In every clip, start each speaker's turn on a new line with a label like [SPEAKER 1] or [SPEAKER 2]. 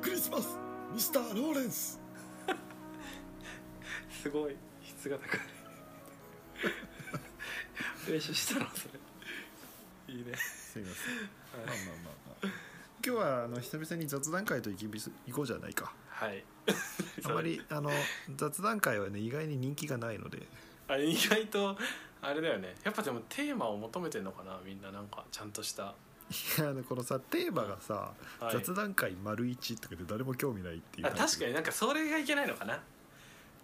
[SPEAKER 1] クリスマスミスター・ローレンス
[SPEAKER 2] すごい質が高い練習したのそれいいね
[SPEAKER 1] すいません
[SPEAKER 2] はい
[SPEAKER 1] まあまあまあ、まあ、今日はあの久々に雑談会といき行こうじゃないか
[SPEAKER 2] はい
[SPEAKER 1] あまりあの雑談会はね意外に人気がないので
[SPEAKER 2] あれ意外とあれだよねやっぱでもテーマを求めてんのかなみんななんかちゃんとした
[SPEAKER 1] いやあのこのさテーマがさ「
[SPEAKER 2] はい
[SPEAKER 1] 雑談会丸一とかで誰も興味ないっていう
[SPEAKER 2] あ確かになんかそれがいけないのかな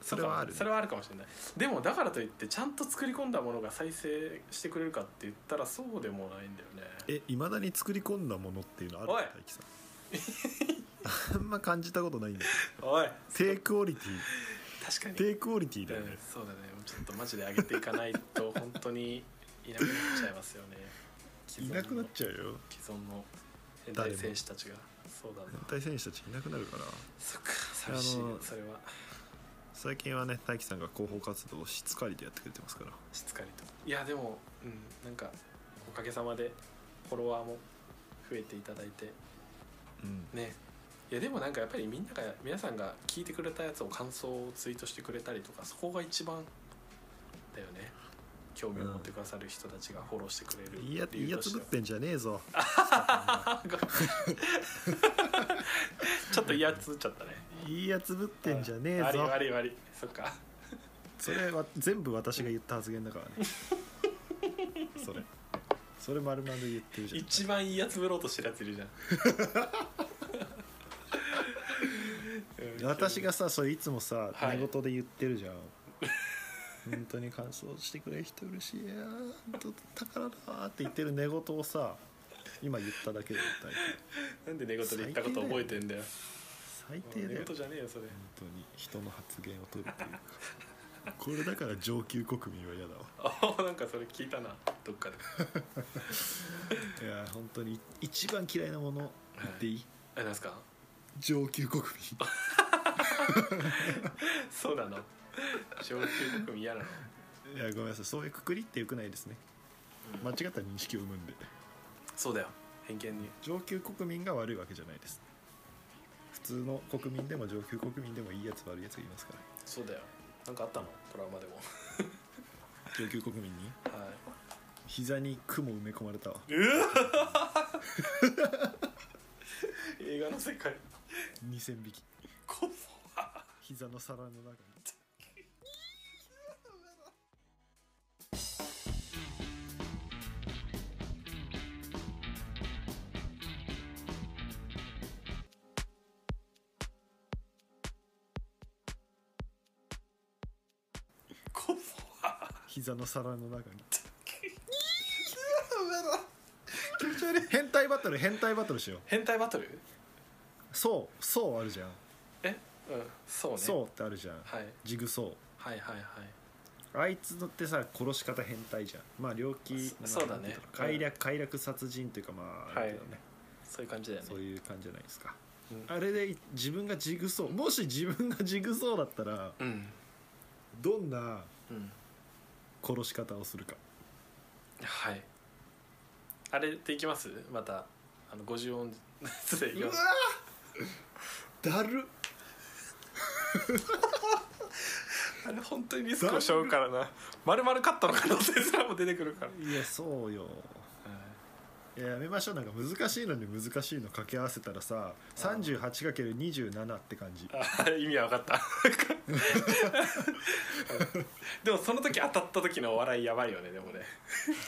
[SPEAKER 1] それはあるね
[SPEAKER 2] そうかそれはあるかもしれないでもだからといってちゃんと作り込んだものが再生してくれるかって言ったらそうでもないんだよね
[SPEAKER 1] えいまだに作り込んだものっていうのある
[SPEAKER 2] おい
[SPEAKER 1] 大樹さん あんま感じたことないんだよ
[SPEAKER 2] おい
[SPEAKER 1] 低クオリテ
[SPEAKER 2] 確か
[SPEAKER 1] ィ
[SPEAKER 2] に
[SPEAKER 1] 低クオリティだよ
[SPEAKER 2] うん
[SPEAKER 1] ね
[SPEAKER 2] そうだねちょっとマジで上げていかない と本当にいなくなっちゃいますよね
[SPEAKER 1] いなくなっちゃうよ
[SPEAKER 2] 既存の変態選手たちがそうだな
[SPEAKER 1] 変態選手たちいなくなるから
[SPEAKER 2] そっか寂しい
[SPEAKER 1] あ
[SPEAKER 2] よ
[SPEAKER 1] の
[SPEAKER 2] それは
[SPEAKER 1] 最近はね大樹さんが広報活動をしつかりでやってくれてますから
[SPEAKER 2] しつかりといやでもうんなんかおかげさまでフォロワーも増えていただいて
[SPEAKER 1] うん
[SPEAKER 2] ねいやでもなんかやっぱりみんなが皆さんが聞いてくれたやつを感想をツイートしてくれたりとかそこが一番だよね興味を持ってくださる人たちがフォローしてくれる
[SPEAKER 1] いやいや
[SPEAKER 2] と
[SPEAKER 1] つ
[SPEAKER 2] して
[SPEAKER 1] ぶっ
[SPEAKER 2] は
[SPEAKER 1] てんじゃねえぞ
[SPEAKER 2] あごめんちょっと嫌つっちゃったね
[SPEAKER 1] いいやつぶってんじゃねえ
[SPEAKER 2] 悪い
[SPEAKER 1] ぞ
[SPEAKER 2] 悪い悪いそっか
[SPEAKER 1] それは全部私が言った発言だからね それそれ丸々言ってるじゃん
[SPEAKER 2] 一番嫌つぶろうとしてるやついるじゃんう ん
[SPEAKER 1] 私がさそれいつもさ
[SPEAKER 2] は
[SPEAKER 1] 寝
[SPEAKER 2] い
[SPEAKER 1] 言で言ってるじゃん、本当に感想してくれる人嬉しいや本当宝だーって言ってる寝言をさ今言っただけで大体
[SPEAKER 2] なんで寝言で言ったこと覚えてんだよ
[SPEAKER 1] 最低だ
[SPEAKER 2] 寝
[SPEAKER 1] よ
[SPEAKER 2] 言じゃねえよそれ
[SPEAKER 1] 本当に人の発言を取るっていうかこれだから上級国民は嫌だわ
[SPEAKER 2] あなんかそれ聞いたなどっかで
[SPEAKER 1] いやー本当に一番嫌いなもの言っていい、
[SPEAKER 2] あなんすか
[SPEAKER 1] 上級国
[SPEAKER 2] そうなの上級国民嫌なの
[SPEAKER 1] 民いやごめんなさいそういうくくりってよくないですね間違った認識を生むんで
[SPEAKER 2] そうだよ偏見に
[SPEAKER 1] 上級国民が悪いわけじゃないです普通の国民でも上級国民でもいいやつ悪いやつがいますから
[SPEAKER 2] そうだよなんかあったのトラウマでも
[SPEAKER 1] 上級国民に
[SPEAKER 2] はい
[SPEAKER 1] 膝に雲埋め込まれたわ
[SPEAKER 2] 映画の世界
[SPEAKER 1] 2000匹
[SPEAKER 2] こ
[SPEAKER 1] 膝の皿の中に
[SPEAKER 2] こ
[SPEAKER 1] 膝の皿の中に気持ち悪い変態バトル変態バトルしよう
[SPEAKER 2] 変態バトル
[SPEAKER 1] そうそうあるじゃん
[SPEAKER 2] えうんそうね
[SPEAKER 1] そうってあるじゃん
[SPEAKER 2] はい、
[SPEAKER 1] ジグソー
[SPEAKER 2] はいはいはい
[SPEAKER 1] あいつのってさ殺し方変態じゃんまあ猟奇
[SPEAKER 2] そそうだ
[SPEAKER 1] な
[SPEAKER 2] ね
[SPEAKER 1] んていの快略快楽殺人というかまああるけどね、
[SPEAKER 2] そういう感じだよね
[SPEAKER 1] そういう感じじゃないですか、
[SPEAKER 2] うん
[SPEAKER 1] あれで自分がジグソーもし自分がジグソーだったら
[SPEAKER 2] うん
[SPEAKER 1] どんな
[SPEAKER 2] うん
[SPEAKER 1] 殺し方をするか
[SPEAKER 2] はいあれでいきますまたあの50音ずつでいきます
[SPEAKER 1] だる
[SPEAKER 2] あれ本当にリスクを背負うからな丸々カットの可能性すらも出てくるから、
[SPEAKER 1] いやそうよいややめましょうなんか難しいのに難しいの掛け合わせたらさ 38×27 って感じ
[SPEAKER 2] あ意味は分かったうんでもその時当たった時の笑いやばいよねでもね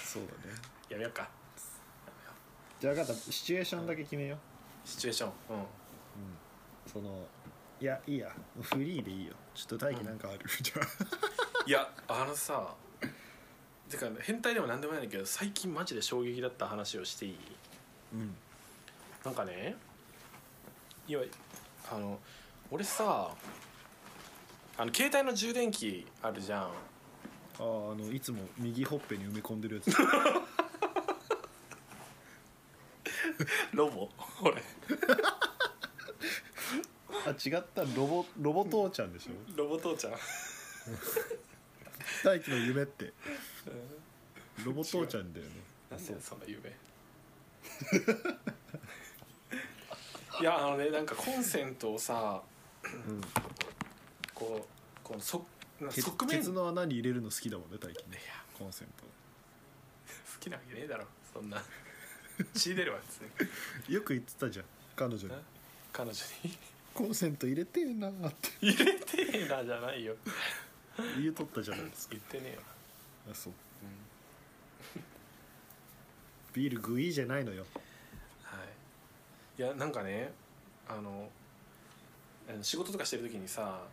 [SPEAKER 1] そうだね
[SPEAKER 2] やめようか
[SPEAKER 1] じゃあ分かったシチュエーションだけ決めよう、
[SPEAKER 2] シチュエーションうん
[SPEAKER 1] うん、そのいやいいやフリーでいいよちょっと大輝なんかある、じゃあ
[SPEAKER 2] いやあのさてか変態でも何でもないんだけど最近マジで衝撃だった話をしていい
[SPEAKER 1] うん
[SPEAKER 2] なんかねいやあの俺さあの携帯の充電器あるじゃん
[SPEAKER 1] あーあのいつも右ほっぺに埋め込んでるやつ
[SPEAKER 2] ロボ俺
[SPEAKER 1] あ違ったロボロボ父ちゃんでしょ
[SPEAKER 2] ロボ父ちゃん
[SPEAKER 1] 大輝の夢ってロボ父ちゃんだよね
[SPEAKER 2] なんでそんな夢 いやあのねなんかコンセントをさ
[SPEAKER 1] うん、
[SPEAKER 2] こうこのそな
[SPEAKER 1] ケツ
[SPEAKER 2] 側
[SPEAKER 1] ケ
[SPEAKER 2] 面
[SPEAKER 1] ツの穴に入れるの好きだもんね大輝
[SPEAKER 2] い
[SPEAKER 1] ね
[SPEAKER 2] や
[SPEAKER 1] コンセン
[SPEAKER 2] 好きなわけねえだろそんな血出るわ別に
[SPEAKER 1] トよく言ってたじゃん彼女に
[SPEAKER 2] な彼女に
[SPEAKER 1] コンセント入れてえなーって
[SPEAKER 2] 入れてえなじゃないよ
[SPEAKER 1] 言うとったじゃないですか
[SPEAKER 2] 言ってねえよ
[SPEAKER 1] あそう
[SPEAKER 2] な、うん
[SPEAKER 1] ビールグイじゃないのよ
[SPEAKER 2] はい、いやなんかねあのあの仕事とかしてる時にさ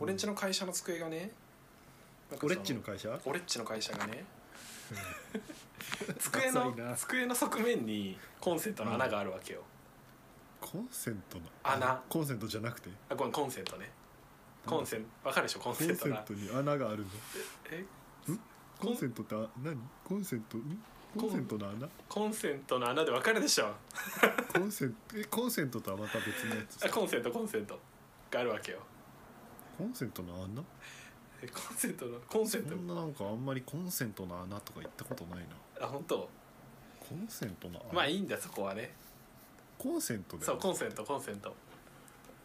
[SPEAKER 2] 俺んちの会社の机がねなんかそ
[SPEAKER 1] 俺っちの会社
[SPEAKER 2] 俺っちの会社がね机の
[SPEAKER 1] ダサいな
[SPEAKER 2] 机の側面にコンセントの穴があるわけよ、
[SPEAKER 1] コンセントの
[SPEAKER 2] 穴
[SPEAKER 1] コンセントじゃなくて
[SPEAKER 2] あごめんコンセントねコンセントわかるでしょコン
[SPEAKER 1] コ
[SPEAKER 2] セ
[SPEAKER 1] ン
[SPEAKER 2] ン
[SPEAKER 1] セ
[SPEAKER 2] ト
[SPEAKER 1] ン
[SPEAKER 2] な
[SPEAKER 1] トに穴があるの
[SPEAKER 2] え
[SPEAKER 1] コンセントってあ何コンセントんコンセントの穴
[SPEAKER 2] コンセントの穴でわかるでしょ
[SPEAKER 1] コンセントえコンセントとはまた別のやつ
[SPEAKER 2] あコンセントコンセントがあるわけよ
[SPEAKER 1] コンセントの穴
[SPEAKER 2] えコンセントのコンセン
[SPEAKER 1] そん
[SPEAKER 2] ト
[SPEAKER 1] ななんかあんまりコンセントの穴とか言ったことないな
[SPEAKER 2] あ本当
[SPEAKER 1] コンセントの穴、
[SPEAKER 2] まあいいんだそこはね
[SPEAKER 1] コンセントで
[SPEAKER 2] そうコンセントコンセント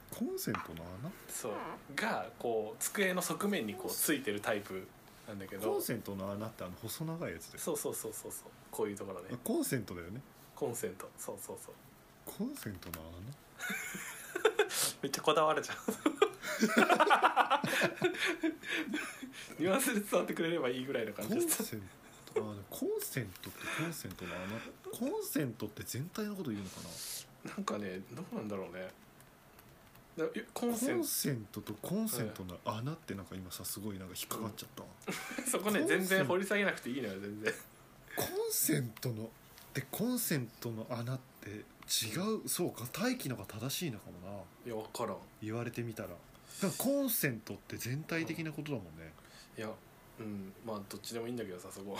[SPEAKER 1] コンセントの穴
[SPEAKER 2] そうがこう机の側面にこうついてるタイプなんだけ
[SPEAKER 1] コ
[SPEAKER 2] ど
[SPEAKER 1] ンセントの穴ってあの細長いやつです
[SPEAKER 2] そうそうそうそうそうこういうところね
[SPEAKER 1] コンセントだよね
[SPEAKER 2] コンセントそうそうそう
[SPEAKER 1] コンセントの穴
[SPEAKER 2] めっちゃこだわるじゃんニュアンスで伝わってくれればいいぐらいの感
[SPEAKER 1] コ
[SPEAKER 2] じ
[SPEAKER 1] ン
[SPEAKER 2] です
[SPEAKER 1] セントあでもコンセントってコンセントの穴コンセントって全体のこと言うのかな
[SPEAKER 2] なんかねどうなんだろうねだえコンセ
[SPEAKER 1] コ
[SPEAKER 2] ン
[SPEAKER 1] ンセントとコンセントの穴ってなんか今さすごいなんか引っかかっちゃったわ
[SPEAKER 2] トそこね
[SPEAKER 1] コンセン
[SPEAKER 2] 全然掘り下げなくていいのよ全然
[SPEAKER 1] コンセントのでコンセントの穴って違うそうか大気のが正しいのかもない
[SPEAKER 2] や分からん
[SPEAKER 1] 言われてみたらだからコンセントって全体的なことだもんね
[SPEAKER 2] いやうんまあどっちでもいいんだけどさそこは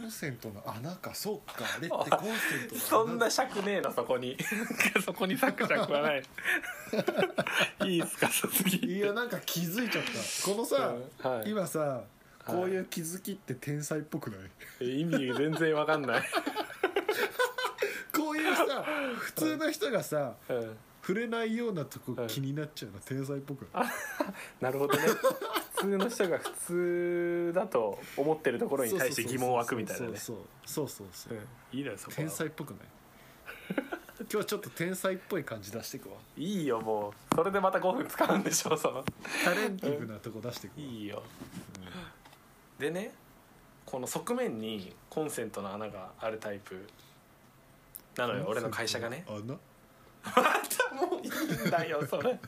[SPEAKER 1] コンセントの穴かそうかあれってコンセント
[SPEAKER 2] そ
[SPEAKER 1] の
[SPEAKER 2] ん
[SPEAKER 1] 穴
[SPEAKER 2] な尺ねえなそこに そこに尺尺はない いいっすかさすぎ
[SPEAKER 1] いやなんか気づいちゃったこのさ、
[SPEAKER 2] はい、
[SPEAKER 1] 今さこういう気づきって天才っぽくない、
[SPEAKER 2] 意味全然わかんない、
[SPEAKER 1] こういうさ普通の人がさ
[SPEAKER 2] うん、
[SPEAKER 1] 触れないようなとこ
[SPEAKER 2] はい
[SPEAKER 1] 気になっちゃうの天才っぽくない
[SPEAKER 2] なるほどね普通の人が普通だと思ってるところに対して疑問を湧くみたいなね
[SPEAKER 1] そうそうそうそうそうそう
[SPEAKER 2] うんいいだよそこは
[SPEAKER 1] 天才っぽくない 今日はちょっと天才っぽい感じ出してくわ
[SPEAKER 2] いいよもうそれでまた5分使うんでしょその
[SPEAKER 1] タレンティブなとこ出してくわ
[SPEAKER 2] いいよ、でねこの側面にコンセントの穴があるタイプなのよ俺の会社がね
[SPEAKER 1] 穴
[SPEAKER 2] もういいんだよそれなんか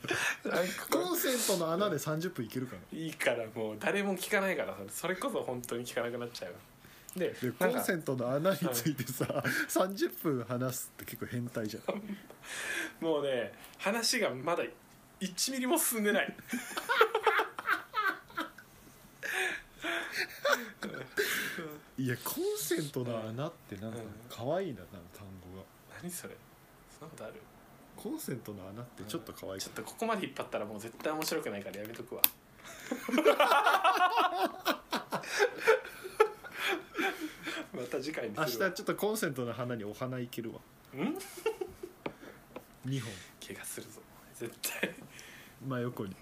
[SPEAKER 1] コンセントの穴で30分いけるかない
[SPEAKER 2] いからもう誰も聞かないからそれこそ本当に聞かなくなっちゃうよで
[SPEAKER 1] で
[SPEAKER 2] な
[SPEAKER 1] コ
[SPEAKER 2] ん
[SPEAKER 1] ン
[SPEAKER 2] か
[SPEAKER 1] セントの穴についてさ、30分話すって結構変態じゃ ん
[SPEAKER 2] もうね話がまだ1ミリも進んでない
[SPEAKER 1] いやコンセントの穴ってなんか
[SPEAKER 2] うん
[SPEAKER 1] 可愛いななんか単語が
[SPEAKER 2] 何それそんなことある
[SPEAKER 1] コンセントの穴ってちょっと可愛い
[SPEAKER 2] ちょっとここまで引っ張ったらもう絶対面白くないからやめとくわ また次回に
[SPEAKER 1] 明日
[SPEAKER 2] す
[SPEAKER 1] ち
[SPEAKER 2] る
[SPEAKER 1] ょ
[SPEAKER 2] わ
[SPEAKER 1] っとコンセントの花にお花いけるわ
[SPEAKER 2] ん
[SPEAKER 1] 2本
[SPEAKER 2] 怪我するぞ絶対、うん、
[SPEAKER 1] 真横に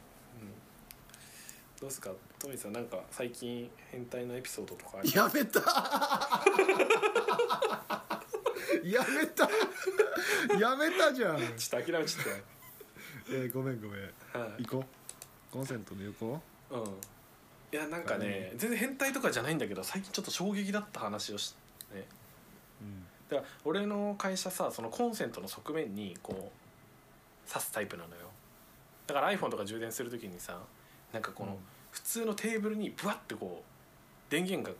[SPEAKER 2] どうすかトミーさんなんか最近変態のエピソードとかあり
[SPEAKER 1] やめたやめたやめたじゃん、
[SPEAKER 2] ちょっと諦めちゃったよ
[SPEAKER 1] えーごめんごめん
[SPEAKER 2] はい
[SPEAKER 1] 行こうコンセントの横
[SPEAKER 2] うんいやなんかね全然変態とかじゃないんだけど最近ちょっと衝撃だった話をしね
[SPEAKER 1] うん
[SPEAKER 2] だから俺の会社さそのコンセントの側面にこう挿すタイプなのよだから iPhone とか充電する時にさなんかこ
[SPEAKER 1] う
[SPEAKER 2] の
[SPEAKER 1] ん
[SPEAKER 2] 普通のテーブルにブワッてこう電源が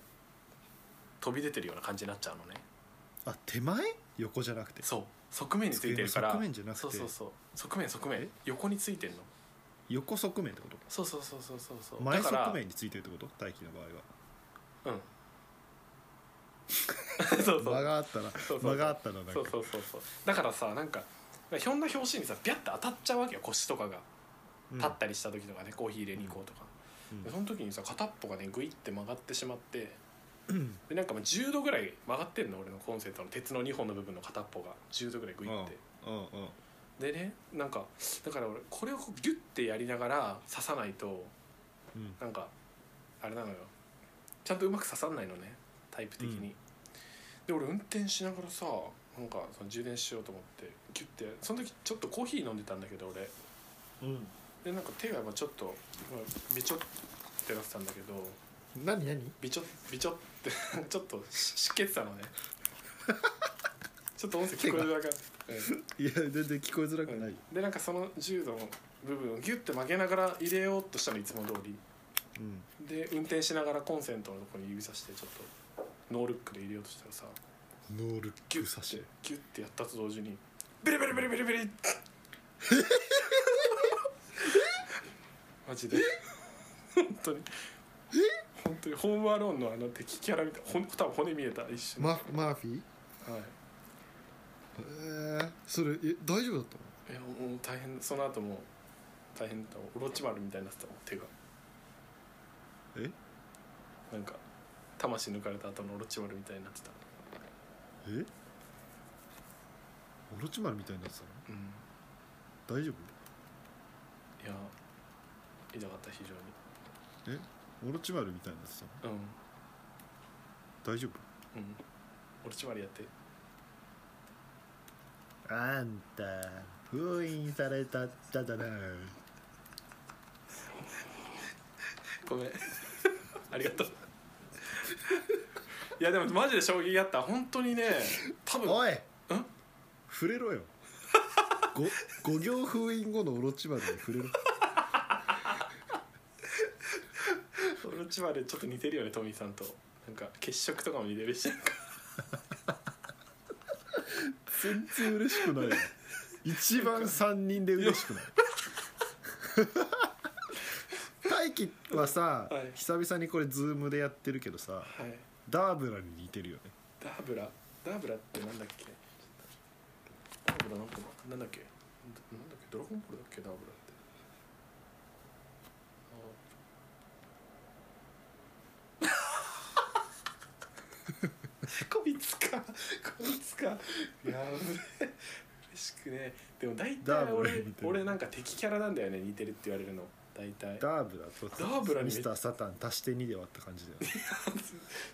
[SPEAKER 2] 飛び出てるような感じになっちゃうのね
[SPEAKER 1] あ手前横じゃなくて
[SPEAKER 2] そう側面についてるから
[SPEAKER 1] 机の側面じゃなくて
[SPEAKER 2] そうそうそう側面側面
[SPEAKER 1] え
[SPEAKER 2] 横についてんの
[SPEAKER 1] 横側面ってこと
[SPEAKER 2] そうそうそうそうそうそう
[SPEAKER 1] 前
[SPEAKER 2] だから
[SPEAKER 1] 側面についてるってこと大輝の場合は
[SPEAKER 2] うん そうそう
[SPEAKER 1] 間があったら
[SPEAKER 2] そうそう
[SPEAKER 1] 間があったらなんか
[SPEAKER 2] そうそうそうそうだからさなんかひょんな拍子にさビャッて当たっちゃうわけよ腰とかが
[SPEAKER 1] うん
[SPEAKER 2] 立ったりした時とかね、コーヒー入れに行こうとか、
[SPEAKER 1] うん
[SPEAKER 2] でその時にさ片っぽがねグイって曲がってしまってでなんかもう10度ぐらい曲がってんの俺のコンセントの鉄の2本の部分の片っぽが10度ぐらいグイって、
[SPEAKER 1] うんうん
[SPEAKER 2] でねなんかだから俺これをこうギュッてやりながら刺さないと
[SPEAKER 1] うん
[SPEAKER 2] なんかあれなのよちゃんとうまく刺さんないのねタイプ的に、で俺運転しながらさなんかその充電しようと思ってギュッてその時ちょっとコーヒー飲んでたんだけど
[SPEAKER 1] う
[SPEAKER 2] 俺
[SPEAKER 1] ん
[SPEAKER 2] でなんか手がまあちょっとまあびちょってなってたんだけど
[SPEAKER 1] 何何
[SPEAKER 2] びちょびちょって ちょっとししけてたのねちょっと音声聞こえるだけ、うん
[SPEAKER 1] いや全然聞こえづらくないよ
[SPEAKER 2] でなんかその重度の部分をギュッて曲げながら入れようとしたのいつも通り
[SPEAKER 1] うん
[SPEAKER 2] で運転しながらコンセントのとこに指さしてちょっとノールックで入れようとしたらさ
[SPEAKER 1] ノールッ
[SPEAKER 2] ギュ
[SPEAKER 1] ク
[SPEAKER 2] ッ
[SPEAKER 1] 差
[SPEAKER 2] て
[SPEAKER 1] し
[SPEAKER 2] ギュッてやったと同時にビリビリビリビリビ リマジで本当に本当にホームアローンのあの敵キャラみたいほん多分骨見えた一瞬、
[SPEAKER 1] ママーフィー
[SPEAKER 2] はい
[SPEAKER 1] えー、それえ大丈夫だったの
[SPEAKER 2] いやもう大変その後もう大変だったオロチマルみたいになってたもん手が
[SPEAKER 1] え
[SPEAKER 2] なんか魂抜かれた後のオロチマルみたいになってた
[SPEAKER 1] えオロチマルみたいになって
[SPEAKER 2] うん
[SPEAKER 1] たの大丈
[SPEAKER 2] いや痛かった非常
[SPEAKER 1] 夫オロチマルみたいになってたの
[SPEAKER 2] にうん
[SPEAKER 1] 大丈
[SPEAKER 2] うんオロチマルやって
[SPEAKER 1] 夫あんた封印されたっただな
[SPEAKER 2] ごめん ありがとういやでもマジで衝撃だった本当にね多分
[SPEAKER 1] おい触れろ よご五行封印後のオロチマルに触れろ
[SPEAKER 2] オロチマルちょっと似てるよねトミーさんとなんか血色とかも似てるしなんか
[SPEAKER 1] 全然嬉しくないよ一番3人で嬉しくない 大輝はさ、
[SPEAKER 2] はい
[SPEAKER 1] 久々にこれズームでやってるけどさ
[SPEAKER 2] はい
[SPEAKER 1] ダーブラに似てるよね
[SPEAKER 2] ダーブラダーブラってなんだっけダーブラなんかなんだっけなんだっけドラゴンボールだっけダーブラってあこいつかこいつかやべえ嬉しくねでも大
[SPEAKER 1] ダ
[SPEAKER 2] 体
[SPEAKER 1] ーブラに
[SPEAKER 2] 俺
[SPEAKER 1] 似てる
[SPEAKER 2] 俺なんか敵キャラなんだよね似てるって言われるの大体
[SPEAKER 1] ダーブラと
[SPEAKER 2] ダーブラに
[SPEAKER 1] ミスターサタン足して2で割った感じだよね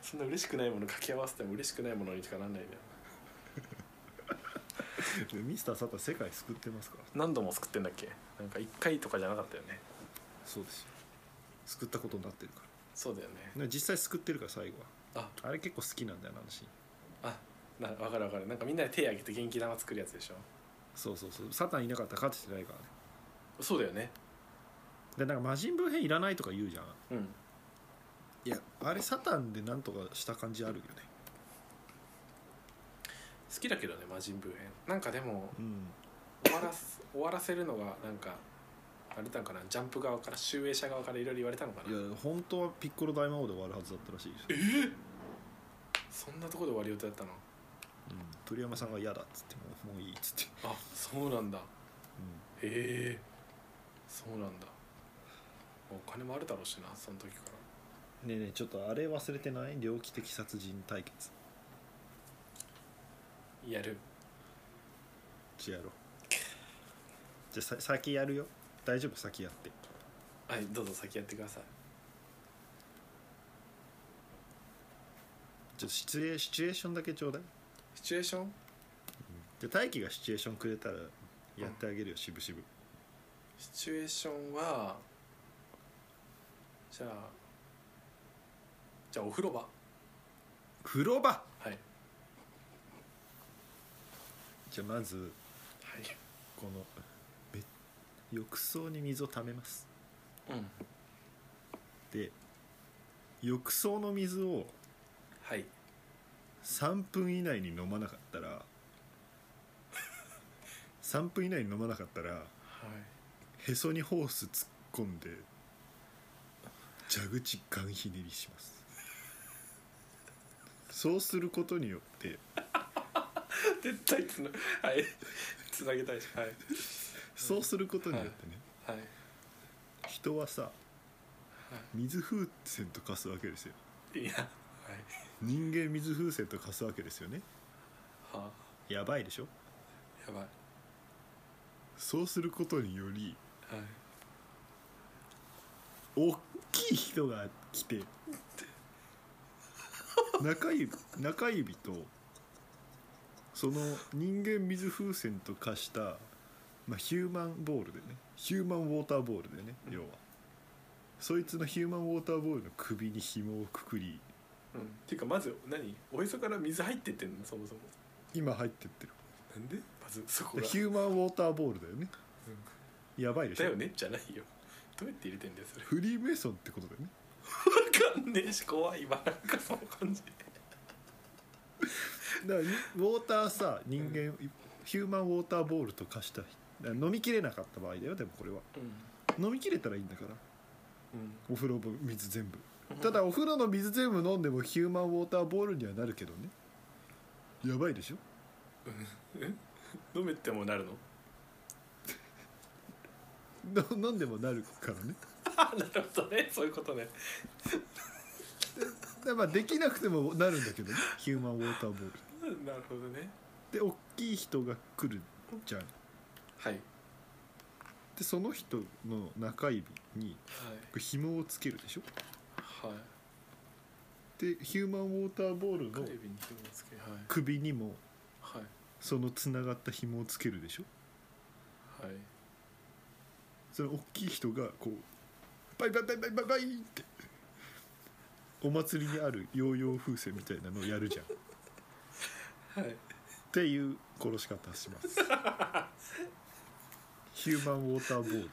[SPEAKER 2] そんな嬉しくないもの掛け合わせても嬉しくないものにしかなんないんだよ
[SPEAKER 1] ミスターサタン世界救ってますから
[SPEAKER 2] 何度も救ってんだっけなんか1回とかじゃなかったよね
[SPEAKER 1] そうですよ救ったことになってるか
[SPEAKER 2] そうだよね
[SPEAKER 1] らね実際救ってるから最後
[SPEAKER 2] あ
[SPEAKER 1] はあれ結構好きなんだよなあのシーン
[SPEAKER 2] あな分かる分かるなんかみんなで手挙げて元気玉作るやつでしょ
[SPEAKER 1] そうそうそうサタンいなかったら勝ててないからね
[SPEAKER 2] そうだよね
[SPEAKER 1] でなんか魔人ブー編いらないとか言うじゃん
[SPEAKER 2] うん
[SPEAKER 1] いやあれサタンでなんとかした感じあるよね
[SPEAKER 2] 好きだけどね魔人ブー編なんかでも
[SPEAKER 1] うん
[SPEAKER 2] 終わらす 終わらせるのがなんかあれなんかなジャンプ側から集英社側からいろいろ言われたのか
[SPEAKER 1] い
[SPEAKER 2] な
[SPEAKER 1] や本当はピッコロ大魔王で終わるはずだったらしいです、うん、
[SPEAKER 2] そんなところで終わり予定だったの
[SPEAKER 1] 鳥山さんが嫌だっつってもうもういいっつって、
[SPEAKER 2] あそうなんだ
[SPEAKER 1] う
[SPEAKER 2] へえそうなんだお金もあるだろうしなその時から
[SPEAKER 1] ん、ねえねえちょっとあれ忘れてない猟奇的殺人対決
[SPEAKER 2] やる
[SPEAKER 1] じゃあやろうじゃあさ先やるよ大丈夫先やって
[SPEAKER 2] はいどうぞ先やってください
[SPEAKER 1] じゃあシチュエシチュエーションだけちょうだい
[SPEAKER 2] シチュエーション
[SPEAKER 1] じゃあ大輝がシチュエーションくれたらやってあげるよ渋々
[SPEAKER 2] シチュエーションはじゃあじゃあお風呂場
[SPEAKER 1] 風呂場
[SPEAKER 2] はいはい
[SPEAKER 1] じゃあまずこのめ浴槽に水を溜めます
[SPEAKER 2] うん
[SPEAKER 1] で浴槽の水を
[SPEAKER 2] はい
[SPEAKER 1] 3分以内に飲まなかったら3分以内に飲まなかったら
[SPEAKER 2] はい
[SPEAKER 1] へそにホース突っ込んで蛇口ガンひねりしますそうすることによって
[SPEAKER 2] 絶対つなはいつなげたいしはい
[SPEAKER 1] そうすることによってね、
[SPEAKER 2] はい
[SPEAKER 1] 人はさ水風船と化すわけですよ
[SPEAKER 2] いやはい
[SPEAKER 1] 人間水風船と化すわけですよね
[SPEAKER 2] は
[SPEAKER 1] やばいでしょ
[SPEAKER 2] あやばい
[SPEAKER 1] そうすることにより
[SPEAKER 2] はい、
[SPEAKER 1] 大きい人が来て中指中指とその人間水風船と化した、まあ、ヒューマンボールでねヒューマンウォーターボールでね要はそいつのヒューマンウォーターボールの首に紐をくくり
[SPEAKER 2] うん、っていうかまず何おへそから水入ってってんのそもそも
[SPEAKER 1] 今入ってってる
[SPEAKER 2] なんでまずそこ
[SPEAKER 1] で
[SPEAKER 2] が
[SPEAKER 1] ヒューマンウォーターボールだよねやばいでし
[SPEAKER 2] だ
[SPEAKER 1] ょ
[SPEAKER 2] よねじゃないよどうやって入れてんだよそれ
[SPEAKER 1] フリーメイソンってことだよね
[SPEAKER 2] わかんねえし怖いわなんかその感じ
[SPEAKER 1] だからにウォーターさ人間、ヒューマンウォーターボールと化しただから飲みきれなかった場合だよでもこれは
[SPEAKER 2] う
[SPEAKER 1] 飲みきれたらいいんだから
[SPEAKER 2] ん、
[SPEAKER 1] お風呂の水全部ただお風呂の水全部飲んでもヒューマンウォーターボールにはなるけどねやばいでしょ
[SPEAKER 2] うん、飲めてもなるの
[SPEAKER 1] の飲んでもなるからね
[SPEAKER 2] あ なるほどねそういうことね
[SPEAKER 1] だからまあできなくてもなるんだけどねヒューマンウォーターボール
[SPEAKER 2] なるほどね
[SPEAKER 1] で大きい人が来るじゃん
[SPEAKER 2] はい、はい、
[SPEAKER 1] でその人の中指にこう紐をつけるでしょ
[SPEAKER 2] はい
[SPEAKER 1] でヒューマンウォーターボール
[SPEAKER 2] 中
[SPEAKER 1] の
[SPEAKER 2] 指に紐をつけはい
[SPEAKER 1] 首にも
[SPEAKER 2] はい
[SPEAKER 1] そのつながった紐をつけるでしょ
[SPEAKER 2] はい
[SPEAKER 1] その大きい人がこうバイバイバイバイバイバイってお祭りにあるヨーヨー風船みたいなのをやるじゃんっ
[SPEAKER 2] はい
[SPEAKER 1] ていう殺し方しますヒューマンウォーターボール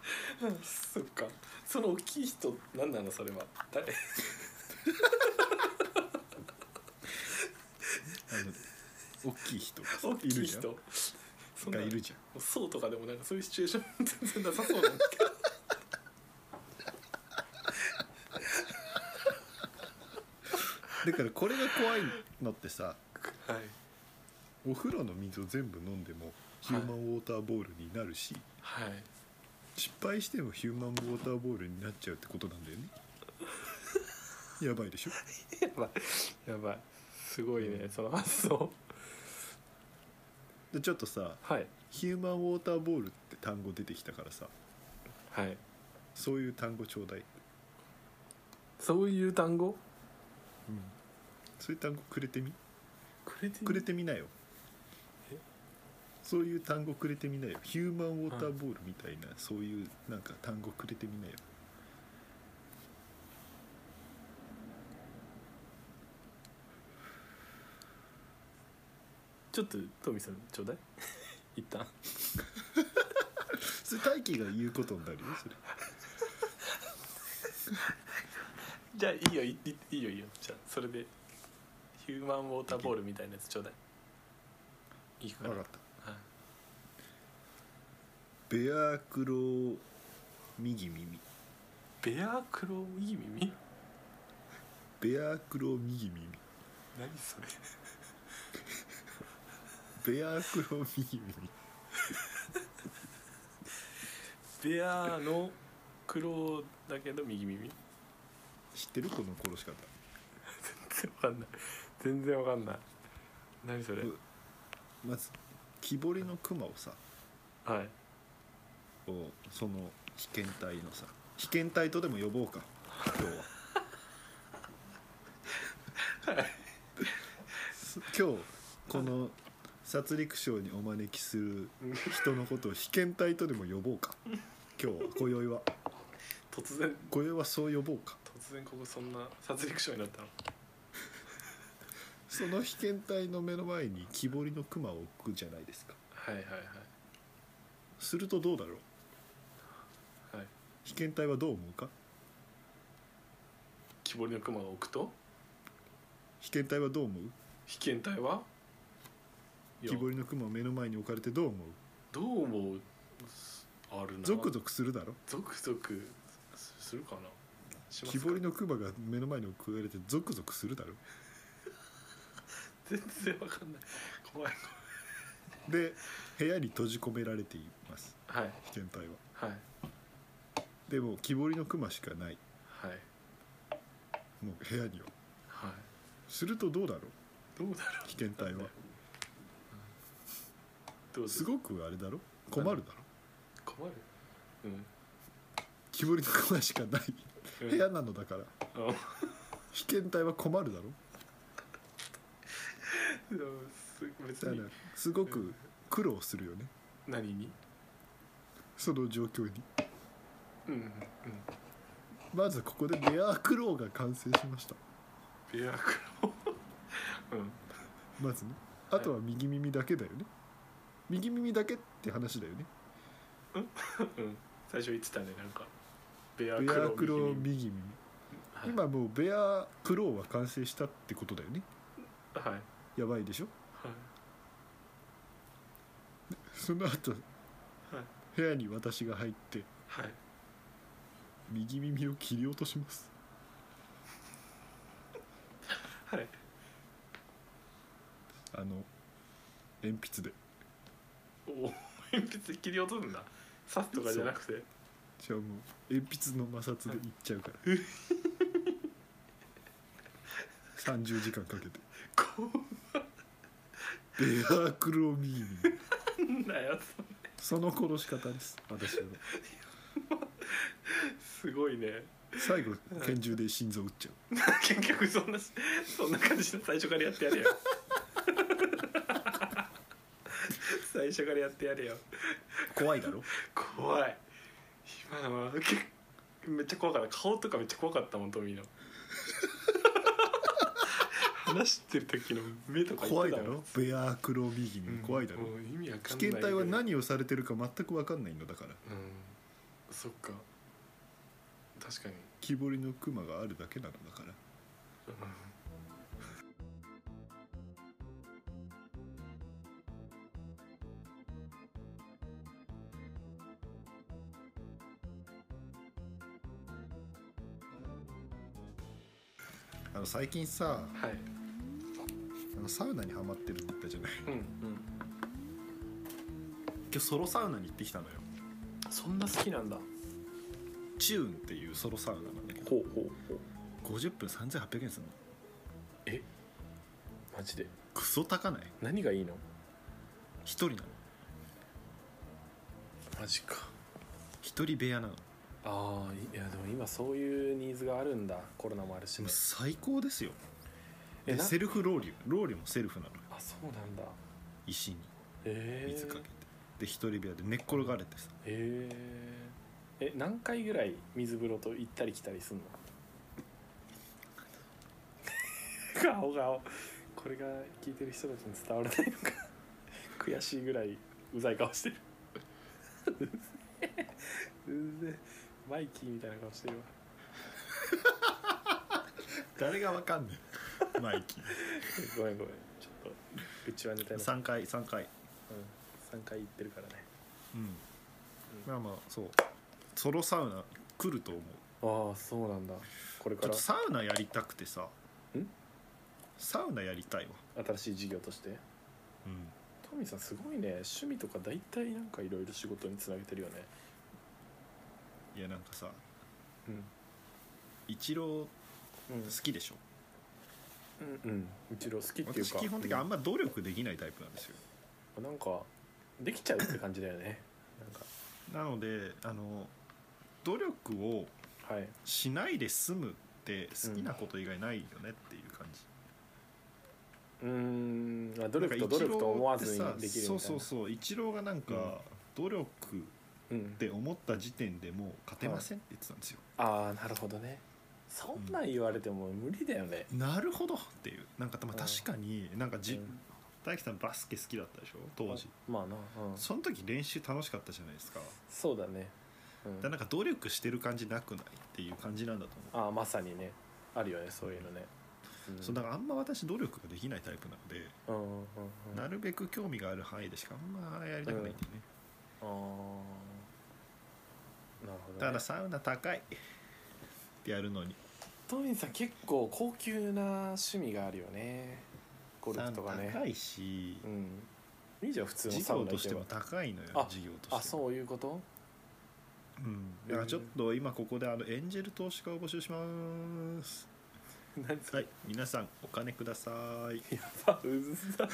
[SPEAKER 2] そっかその大きい人何なのそれは誰
[SPEAKER 1] あの大きい人がさ
[SPEAKER 2] 大き
[SPEAKER 1] いる
[SPEAKER 2] い
[SPEAKER 1] じゃん
[SPEAKER 2] 人そんな
[SPEAKER 1] がいるじ
[SPEAKER 2] そうとかでもなんかそういうシチュエーション全然なさそうなんだけど
[SPEAKER 1] ゃんだからこれが怖いのってさ
[SPEAKER 2] はい
[SPEAKER 1] お風呂の水を全部飲んでもヒューマンウォーターボールになるし、
[SPEAKER 2] はい
[SPEAKER 1] 失敗してもヒューマンウォーターボールになっちゃうってことなんだよねやばいでしょ
[SPEAKER 2] やばいやばいすごいねその発想
[SPEAKER 1] でちょっとさ
[SPEAKER 2] はい
[SPEAKER 1] ヒューマンウォーターボールって単語出てきたからさ
[SPEAKER 2] はい
[SPEAKER 1] そういう単語ちょうだい、
[SPEAKER 2] そういう単語
[SPEAKER 1] そういう単語くれてみ
[SPEAKER 2] くれて
[SPEAKER 1] くれてみなよ
[SPEAKER 2] え
[SPEAKER 1] そういう単語くれてみなよヒューマンウォーターボールみたいな、そういうなんか単語くれてみなよ
[SPEAKER 2] ちょっとトミーさんちょう だい一旦
[SPEAKER 1] それ大輝が言うことになるよそれ
[SPEAKER 2] じゃあいいよいいいいよいいよじゃあそれでヒューマンウォーターボールみたいなやつちょうだいいいかな
[SPEAKER 1] 分かった
[SPEAKER 2] はい
[SPEAKER 1] ベアークロー右耳
[SPEAKER 2] ベアークローいい耳
[SPEAKER 1] ベアークロー右耳
[SPEAKER 2] 何それ
[SPEAKER 1] ベアークロー右耳
[SPEAKER 2] ベアのクローだけど右耳
[SPEAKER 1] 知ってるこの殺し方
[SPEAKER 2] 全然わかんない全然わかんない何それ、
[SPEAKER 1] うまず木彫りの熊をさ
[SPEAKER 2] はい
[SPEAKER 1] をその被験体のさ被験体とでも呼ぼうか今日はす今日この殺戮賞にお招きする人のことを被験体とでも呼ぼうか今日は今宵は
[SPEAKER 2] 突然
[SPEAKER 1] 今宵はそう呼ぼうか
[SPEAKER 2] 突然ここそんな殺戮症になったの
[SPEAKER 1] その被験体の目の前に木彫りの熊を置くじゃないですか
[SPEAKER 2] はいはい
[SPEAKER 1] するとどうだろう
[SPEAKER 2] はいはい
[SPEAKER 1] 被験体はどう思うか
[SPEAKER 2] 木彫りの熊が置くと
[SPEAKER 1] 被験体はどう思う
[SPEAKER 2] 被験体は
[SPEAKER 1] 木彫
[SPEAKER 2] り
[SPEAKER 1] りの熊を目の前に置かれてどう思う
[SPEAKER 2] どう思うあるな
[SPEAKER 1] ゾクゾクするだろ
[SPEAKER 2] ゾクゾクすするかなしま
[SPEAKER 1] 木
[SPEAKER 2] すか
[SPEAKER 1] 彫りのクマが目の前に置かれてゾクゾクするだろ
[SPEAKER 2] 全然わかんない怖い
[SPEAKER 1] で部屋に閉じ込められています
[SPEAKER 2] はい
[SPEAKER 1] 被験体は
[SPEAKER 2] はい
[SPEAKER 1] でも木彫りのクマしかない
[SPEAKER 2] はい
[SPEAKER 1] もう部屋には
[SPEAKER 2] はい
[SPEAKER 1] するとどうだろ
[SPEAKER 2] どうだろ
[SPEAKER 1] う被験体は
[SPEAKER 2] うどう
[SPEAKER 1] す
[SPEAKER 2] い
[SPEAKER 1] ごくあれだろ困るだろ
[SPEAKER 2] 困るうん
[SPEAKER 1] 木彫りの駒しかない部屋なのだから
[SPEAKER 2] うん
[SPEAKER 1] 被験体は困るだろ
[SPEAKER 2] 別
[SPEAKER 1] だか
[SPEAKER 2] に
[SPEAKER 1] らすごく苦労するよね
[SPEAKER 2] 何に
[SPEAKER 1] その状況に
[SPEAKER 2] うんうん
[SPEAKER 1] まずここでベアークローが完成しました
[SPEAKER 2] ベアクロー うん
[SPEAKER 1] まずねあとは右耳だけだよね右耳だけって話だよね
[SPEAKER 2] うん最初言ってたねなんかベア
[SPEAKER 1] ベアーク
[SPEAKER 2] ク
[SPEAKER 1] ロ
[SPEAKER 2] ロ
[SPEAKER 1] ー
[SPEAKER 2] ー右
[SPEAKER 1] 右耳
[SPEAKER 2] はい
[SPEAKER 1] 今もうベアークローは完成したってことだよね
[SPEAKER 2] はいはい
[SPEAKER 1] やばいでしょその後
[SPEAKER 2] はい
[SPEAKER 1] 部屋に私が入って
[SPEAKER 2] はい
[SPEAKER 1] 右耳を切り落とします
[SPEAKER 2] はい
[SPEAKER 1] あの鉛筆で
[SPEAKER 2] おお鉛筆切り落とすんだ刺すとかじゃなくて
[SPEAKER 1] じゃあもう鉛筆の摩擦でいっちゃうから30時間かけ て
[SPEAKER 2] こ
[SPEAKER 1] ベアークロー右耳
[SPEAKER 2] んなやつ
[SPEAKER 1] その殺し方です私の
[SPEAKER 2] すごいね
[SPEAKER 1] 最後拳銃で心臓打っちゃ
[SPEAKER 2] 結局そんなそんな感じで最初からやってやれよ最初からやってやれよ
[SPEAKER 1] う怖いだろ
[SPEAKER 2] 怖い今のは結構めっちゃ怖かった顔とかめっちゃ怖かったもんトミーの話してる時の目とか
[SPEAKER 1] 怖いだ
[SPEAKER 2] 言ってたもん
[SPEAKER 1] ろベアークロー右耳怖いだろ
[SPEAKER 2] うんもう意味わかんない
[SPEAKER 1] 危険体は何をされてるか全く分かんないのだから
[SPEAKER 2] うんそっか確かに、
[SPEAKER 1] 木彫りのクマがあるだけなのだから
[SPEAKER 2] うん
[SPEAKER 1] あの最近さ
[SPEAKER 2] はい
[SPEAKER 1] あのサウナにハマってるって言ったじゃない
[SPEAKER 2] うん
[SPEAKER 1] 今日ソロサウナに行ってきたのよ
[SPEAKER 2] うんそんな好きなんだ
[SPEAKER 1] チューンっていうソロサウナなんだけど
[SPEAKER 2] ほうほうほう
[SPEAKER 1] 50分3800円するの
[SPEAKER 2] えマジで
[SPEAKER 1] クソ高ない
[SPEAKER 2] 何がいいの
[SPEAKER 1] 一人なの
[SPEAKER 2] マジか
[SPEAKER 1] 一人部屋なの
[SPEAKER 2] ああいやでも今そういうニーズがあるんだコロナもあるし
[SPEAKER 1] も
[SPEAKER 2] ね
[SPEAKER 1] う最高ですよ
[SPEAKER 2] え
[SPEAKER 1] で
[SPEAKER 2] な
[SPEAKER 1] セルフロウリュロウリュもセルフなのよ
[SPEAKER 2] あそうなんだ
[SPEAKER 1] 石に
[SPEAKER 2] ええ
[SPEAKER 1] 水かけて、で一人部屋で寝っ転がれてさ
[SPEAKER 2] えええ何回ぐらい水風呂と行ったり来たりすんの 顔顔これが聞いてる人たちに伝わらないのか悔しいぐらいうざい顔してるうぜうぜマイキーみたいな顔してるわ
[SPEAKER 1] 誰がわかんね んマイキー
[SPEAKER 2] ごめんごめんちょっとうちはネタの、うん、
[SPEAKER 1] 3回3回
[SPEAKER 2] 3回行ってるからね
[SPEAKER 1] うんまあまあそうソロサウナ来ると思う
[SPEAKER 2] ああそうなんだこれ
[SPEAKER 1] ち
[SPEAKER 2] か
[SPEAKER 1] ょっ
[SPEAKER 2] ら
[SPEAKER 1] とサウナやりたくてさ
[SPEAKER 2] ん
[SPEAKER 1] サウナやりたいわ
[SPEAKER 2] 新しい事業としてトミーさんすごいね趣味とか大体なんかいろいろ仕事につなげてるよね
[SPEAKER 1] いやなんかさ
[SPEAKER 2] うん
[SPEAKER 1] イチロー好
[SPEAKER 2] うん
[SPEAKER 1] きでしょ
[SPEAKER 2] うんうんうちろ好きっていう
[SPEAKER 1] 私
[SPEAKER 2] か
[SPEAKER 1] 基本的にあんま努力できないタイプなんですよ
[SPEAKER 2] うんなんかできちゃうって感じだよねなんか
[SPEAKER 1] なのであの努力を
[SPEAKER 2] はい
[SPEAKER 1] しないで済むって好きなこと以外ないよねっていう感じ、
[SPEAKER 2] うーんあ努力
[SPEAKER 1] なん
[SPEAKER 2] と
[SPEAKER 1] か
[SPEAKER 2] 努
[SPEAKER 1] イチロー
[SPEAKER 2] 力と思わずに
[SPEAKER 1] って
[SPEAKER 2] で
[SPEAKER 1] さ
[SPEAKER 2] きるみたいな
[SPEAKER 1] そうそうそうイチローがなんか努力っ
[SPEAKER 2] うん、
[SPEAKER 1] て思った時点でもう勝てませんって言ってたんですよ、
[SPEAKER 2] ああなるほどねそんなん言われても無理だよね、
[SPEAKER 1] なるほどっていうなんかまあ確かになんかじ、
[SPEAKER 2] うん
[SPEAKER 1] 大樹さんバスケ好きだったでしょ当時
[SPEAKER 2] まあな、うん、
[SPEAKER 1] その時練習楽しかったじゃないですか
[SPEAKER 2] そうだね、うん
[SPEAKER 1] だからなんか努力してる感じなくないっていう感じなんだと思
[SPEAKER 2] ああまさにねあるよねそういうのね、うん、
[SPEAKER 1] う、そうだからあんま私努力ができないタイプなので、
[SPEAKER 2] うんうんうんうん
[SPEAKER 1] なるべく興味がある範囲でしかあんまやりたくないんだよね、
[SPEAKER 2] ああなるほど、ね、
[SPEAKER 1] ただサウナ高いってやるのに
[SPEAKER 2] トミーさん結構高級な趣味があるよねゴル
[SPEAKER 1] サ
[SPEAKER 2] フ
[SPEAKER 1] ウナ
[SPEAKER 2] とかね
[SPEAKER 1] 高いし
[SPEAKER 2] うんいいじゃん普通の
[SPEAKER 1] 事
[SPEAKER 2] サウ
[SPEAKER 1] 業
[SPEAKER 2] ナ行
[SPEAKER 1] とし
[SPEAKER 2] け
[SPEAKER 1] て
[SPEAKER 2] ば
[SPEAKER 1] も高いのよ
[SPEAKER 2] あ
[SPEAKER 1] 事業としても
[SPEAKER 2] あそういうこと
[SPEAKER 1] うん、だからちょっと今ここであのエンジェル投資家を募集します
[SPEAKER 2] 何そ
[SPEAKER 1] はい皆さんお金くださ い
[SPEAKER 2] れやばうっざうっ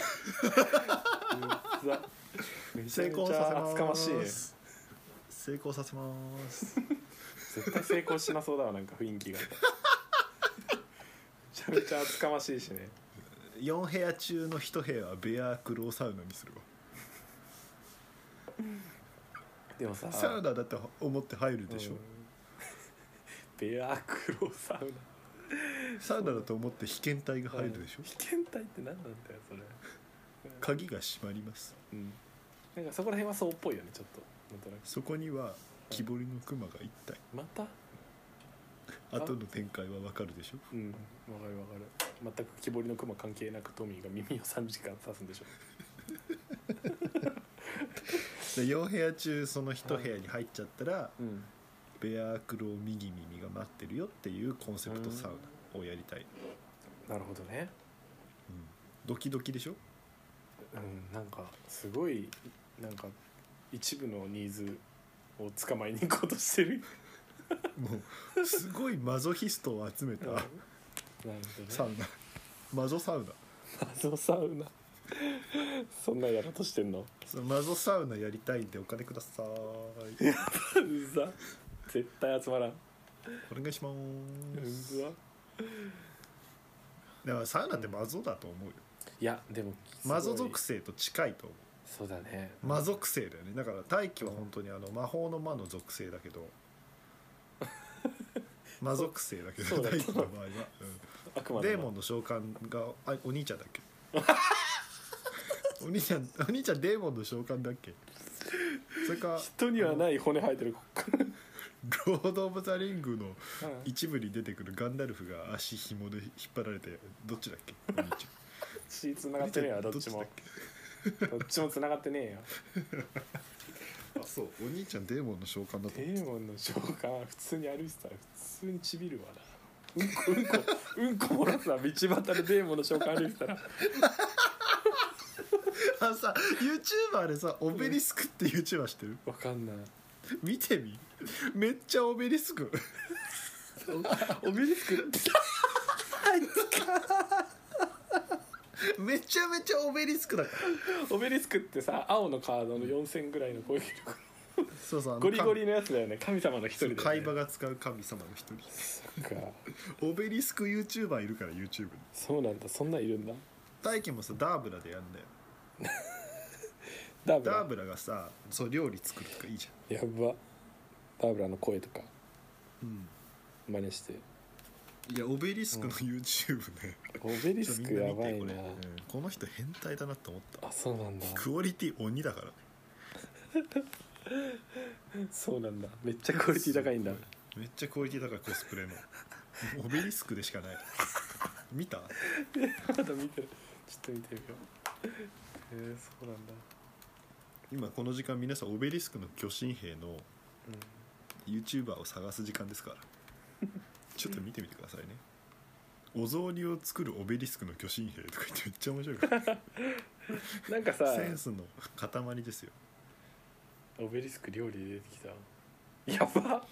[SPEAKER 2] ざめちゃ
[SPEAKER 1] 成
[SPEAKER 2] め
[SPEAKER 1] 功
[SPEAKER 2] ち
[SPEAKER 1] させ
[SPEAKER 2] ゃ
[SPEAKER 1] ます
[SPEAKER 2] 厚かましい
[SPEAKER 1] 成功させます
[SPEAKER 2] 絶対成功しなそうだわなんか雰囲気がめちゃめちゃ厚かましいしね
[SPEAKER 1] 4部屋中の1部屋はベアークローサウナにするわ
[SPEAKER 2] でもさ
[SPEAKER 1] サウナだって思って入るでしょ、
[SPEAKER 2] うん ベアークローサウナ
[SPEAKER 1] サウナだと思って被験体が入るでしょ、
[SPEAKER 2] 危険体って何なんだよそれ、
[SPEAKER 1] 鍵が閉まります
[SPEAKER 2] うん、なんかそこら辺はそうっぽいよねちょっとなんとなく
[SPEAKER 1] そこには木彫りの熊が1体
[SPEAKER 2] またあ
[SPEAKER 1] 後の展開はわかるでしょ
[SPEAKER 2] うんわかるわかる全く木彫りの熊関係なくトミーが耳を3時間刺すんでしょ
[SPEAKER 1] で4部屋中その1部屋に入っちゃったら
[SPEAKER 2] うん
[SPEAKER 1] ベアークロー右耳が待ってるよっていうコンセプトサウナをやりたい、うん
[SPEAKER 2] なるほどね
[SPEAKER 1] ドキドキでしょ
[SPEAKER 2] うんなんかすごいなんか一部のニーズを捕まえに行こうとしてる
[SPEAKER 1] もうすごいマゾヒストを集め
[SPEAKER 2] なる
[SPEAKER 1] た
[SPEAKER 2] ほどね
[SPEAKER 1] サウナマゾサウナ
[SPEAKER 2] マゾサウナそんなんやろうとしてんの
[SPEAKER 1] そのマゾサウナやりたいんでお金くださいう
[SPEAKER 2] ざ絶対集まらんう
[SPEAKER 1] お願いします
[SPEAKER 2] ざ
[SPEAKER 1] だからサウナってマゾだと思うよ
[SPEAKER 2] いやでも
[SPEAKER 1] マゾ属性と近いと思
[SPEAKER 2] そうだね
[SPEAKER 1] う魔属性だよねだから大気は本当にあの魔法の魔の属性だけ ど魔属性だけ
[SPEAKER 2] そ
[SPEAKER 1] ど
[SPEAKER 2] うだ
[SPEAKER 1] 大気の場合は、
[SPEAKER 2] 悪
[SPEAKER 1] う
[SPEAKER 2] 魔
[SPEAKER 1] ん、
[SPEAKER 2] の
[SPEAKER 1] デーモンの召喚があお兄ちゃんだ っけお兄ちゃんお兄ちゃんデーモンの召喚だっけそれか
[SPEAKER 2] 人にはない骨生えてるこっから
[SPEAKER 1] ロード・オブ・ザ・リングの
[SPEAKER 2] うん
[SPEAKER 1] 一部に出てくるガンダルフが足紐で引っ張られてどっちだっけお兄ち
[SPEAKER 2] 血繋
[SPEAKER 1] ゃん
[SPEAKER 2] がってねえわどっ
[SPEAKER 1] どっ
[SPEAKER 2] ち
[SPEAKER 1] ちだっ
[SPEAKER 2] も
[SPEAKER 1] け
[SPEAKER 2] どっちも繋がってねえよ
[SPEAKER 1] あそうお兄ちゃんデーモンの召喚だと思って
[SPEAKER 2] デーモンの召喚は普通に歩いてたら普通にちびるわなうんこうんこうんこ漏らすな道端でデーモンの召喚歩いてたら
[SPEAKER 1] あのさ YouTuber でさオベリスクって YouTuber 知ってる
[SPEAKER 2] わかんない
[SPEAKER 1] 見てみめっちゃオベリスク
[SPEAKER 2] おベリスク
[SPEAKER 1] めちゃめちゃオベリスクだから
[SPEAKER 2] オベリスクってさ青のカードの4000ぐらいの攻撃力
[SPEAKER 1] そうそうあの
[SPEAKER 2] ゴリゴリのやつだよね神様の一人
[SPEAKER 1] 神
[SPEAKER 2] で、ね、
[SPEAKER 1] 海馬が使う神様の一人
[SPEAKER 2] そっか
[SPEAKER 1] オベリスク YouTuber いるから YouTube に
[SPEAKER 2] そうなんだそんなんいるんだ
[SPEAKER 1] 大輝もさダーブラでやんだよ
[SPEAKER 2] ダブラ
[SPEAKER 1] ダーブラがさそう料理作るとかいいじ
[SPEAKER 2] やばダブラの声とか
[SPEAKER 1] ゃん、うん
[SPEAKER 2] 真似して
[SPEAKER 1] いやオベリスクの YouTube ね、
[SPEAKER 2] オベリ
[SPEAKER 1] ちょっ
[SPEAKER 2] ス
[SPEAKER 1] と
[SPEAKER 2] ク
[SPEAKER 1] みんな
[SPEAKER 2] や
[SPEAKER 1] 見
[SPEAKER 2] ば
[SPEAKER 1] て
[SPEAKER 2] い
[SPEAKER 1] こ
[SPEAKER 2] な
[SPEAKER 1] れ、うんこの人変態だなって思った
[SPEAKER 2] あそうなんだ
[SPEAKER 1] クオリティ鬼だからね
[SPEAKER 2] そうなんだめっちゃクオリティ高いんだ
[SPEAKER 1] めっちゃクオリティ高いコスプレもオベリスクでしかない見た
[SPEAKER 2] まだ見てるちょっと見てみようへえそうなんだ
[SPEAKER 1] 今この時間皆さんオベリスクの巨神兵の YouTuber を探す時間ですからちょっと見てみてくださいねお雑煮を作るオベリスクの巨神兵とか言ってめっちゃ面白いから
[SPEAKER 2] うんなんかさ
[SPEAKER 1] センスの塊ですよ
[SPEAKER 2] オベリスク料理出てきたやば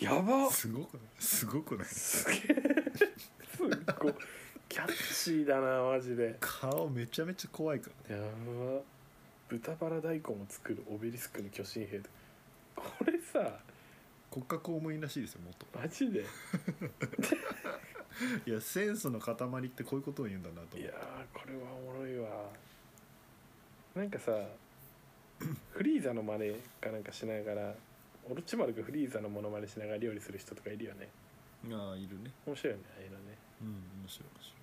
[SPEAKER 2] やば
[SPEAKER 1] すごくないすごくない
[SPEAKER 2] すげえすっごいキャッチーだなマジで
[SPEAKER 1] 顔めちゃめちゃ怖いから
[SPEAKER 2] やば豚バラ大根を作るオベリスクの巨神兵これさ
[SPEAKER 1] 国家公務員らしいですよ元
[SPEAKER 2] マジで
[SPEAKER 1] いやセンスの塊ってこういうことを言うんだなと
[SPEAKER 2] い
[SPEAKER 1] 思
[SPEAKER 2] や
[SPEAKER 1] う
[SPEAKER 2] ーこれはおもろいわなんかさ フリーザの真似かなんかしながらオロチマルがフリーザのモノマネしながら料理する人とかいるよね
[SPEAKER 1] ああいるね
[SPEAKER 2] 面白いよねああいうのね、
[SPEAKER 1] うん面白い面白い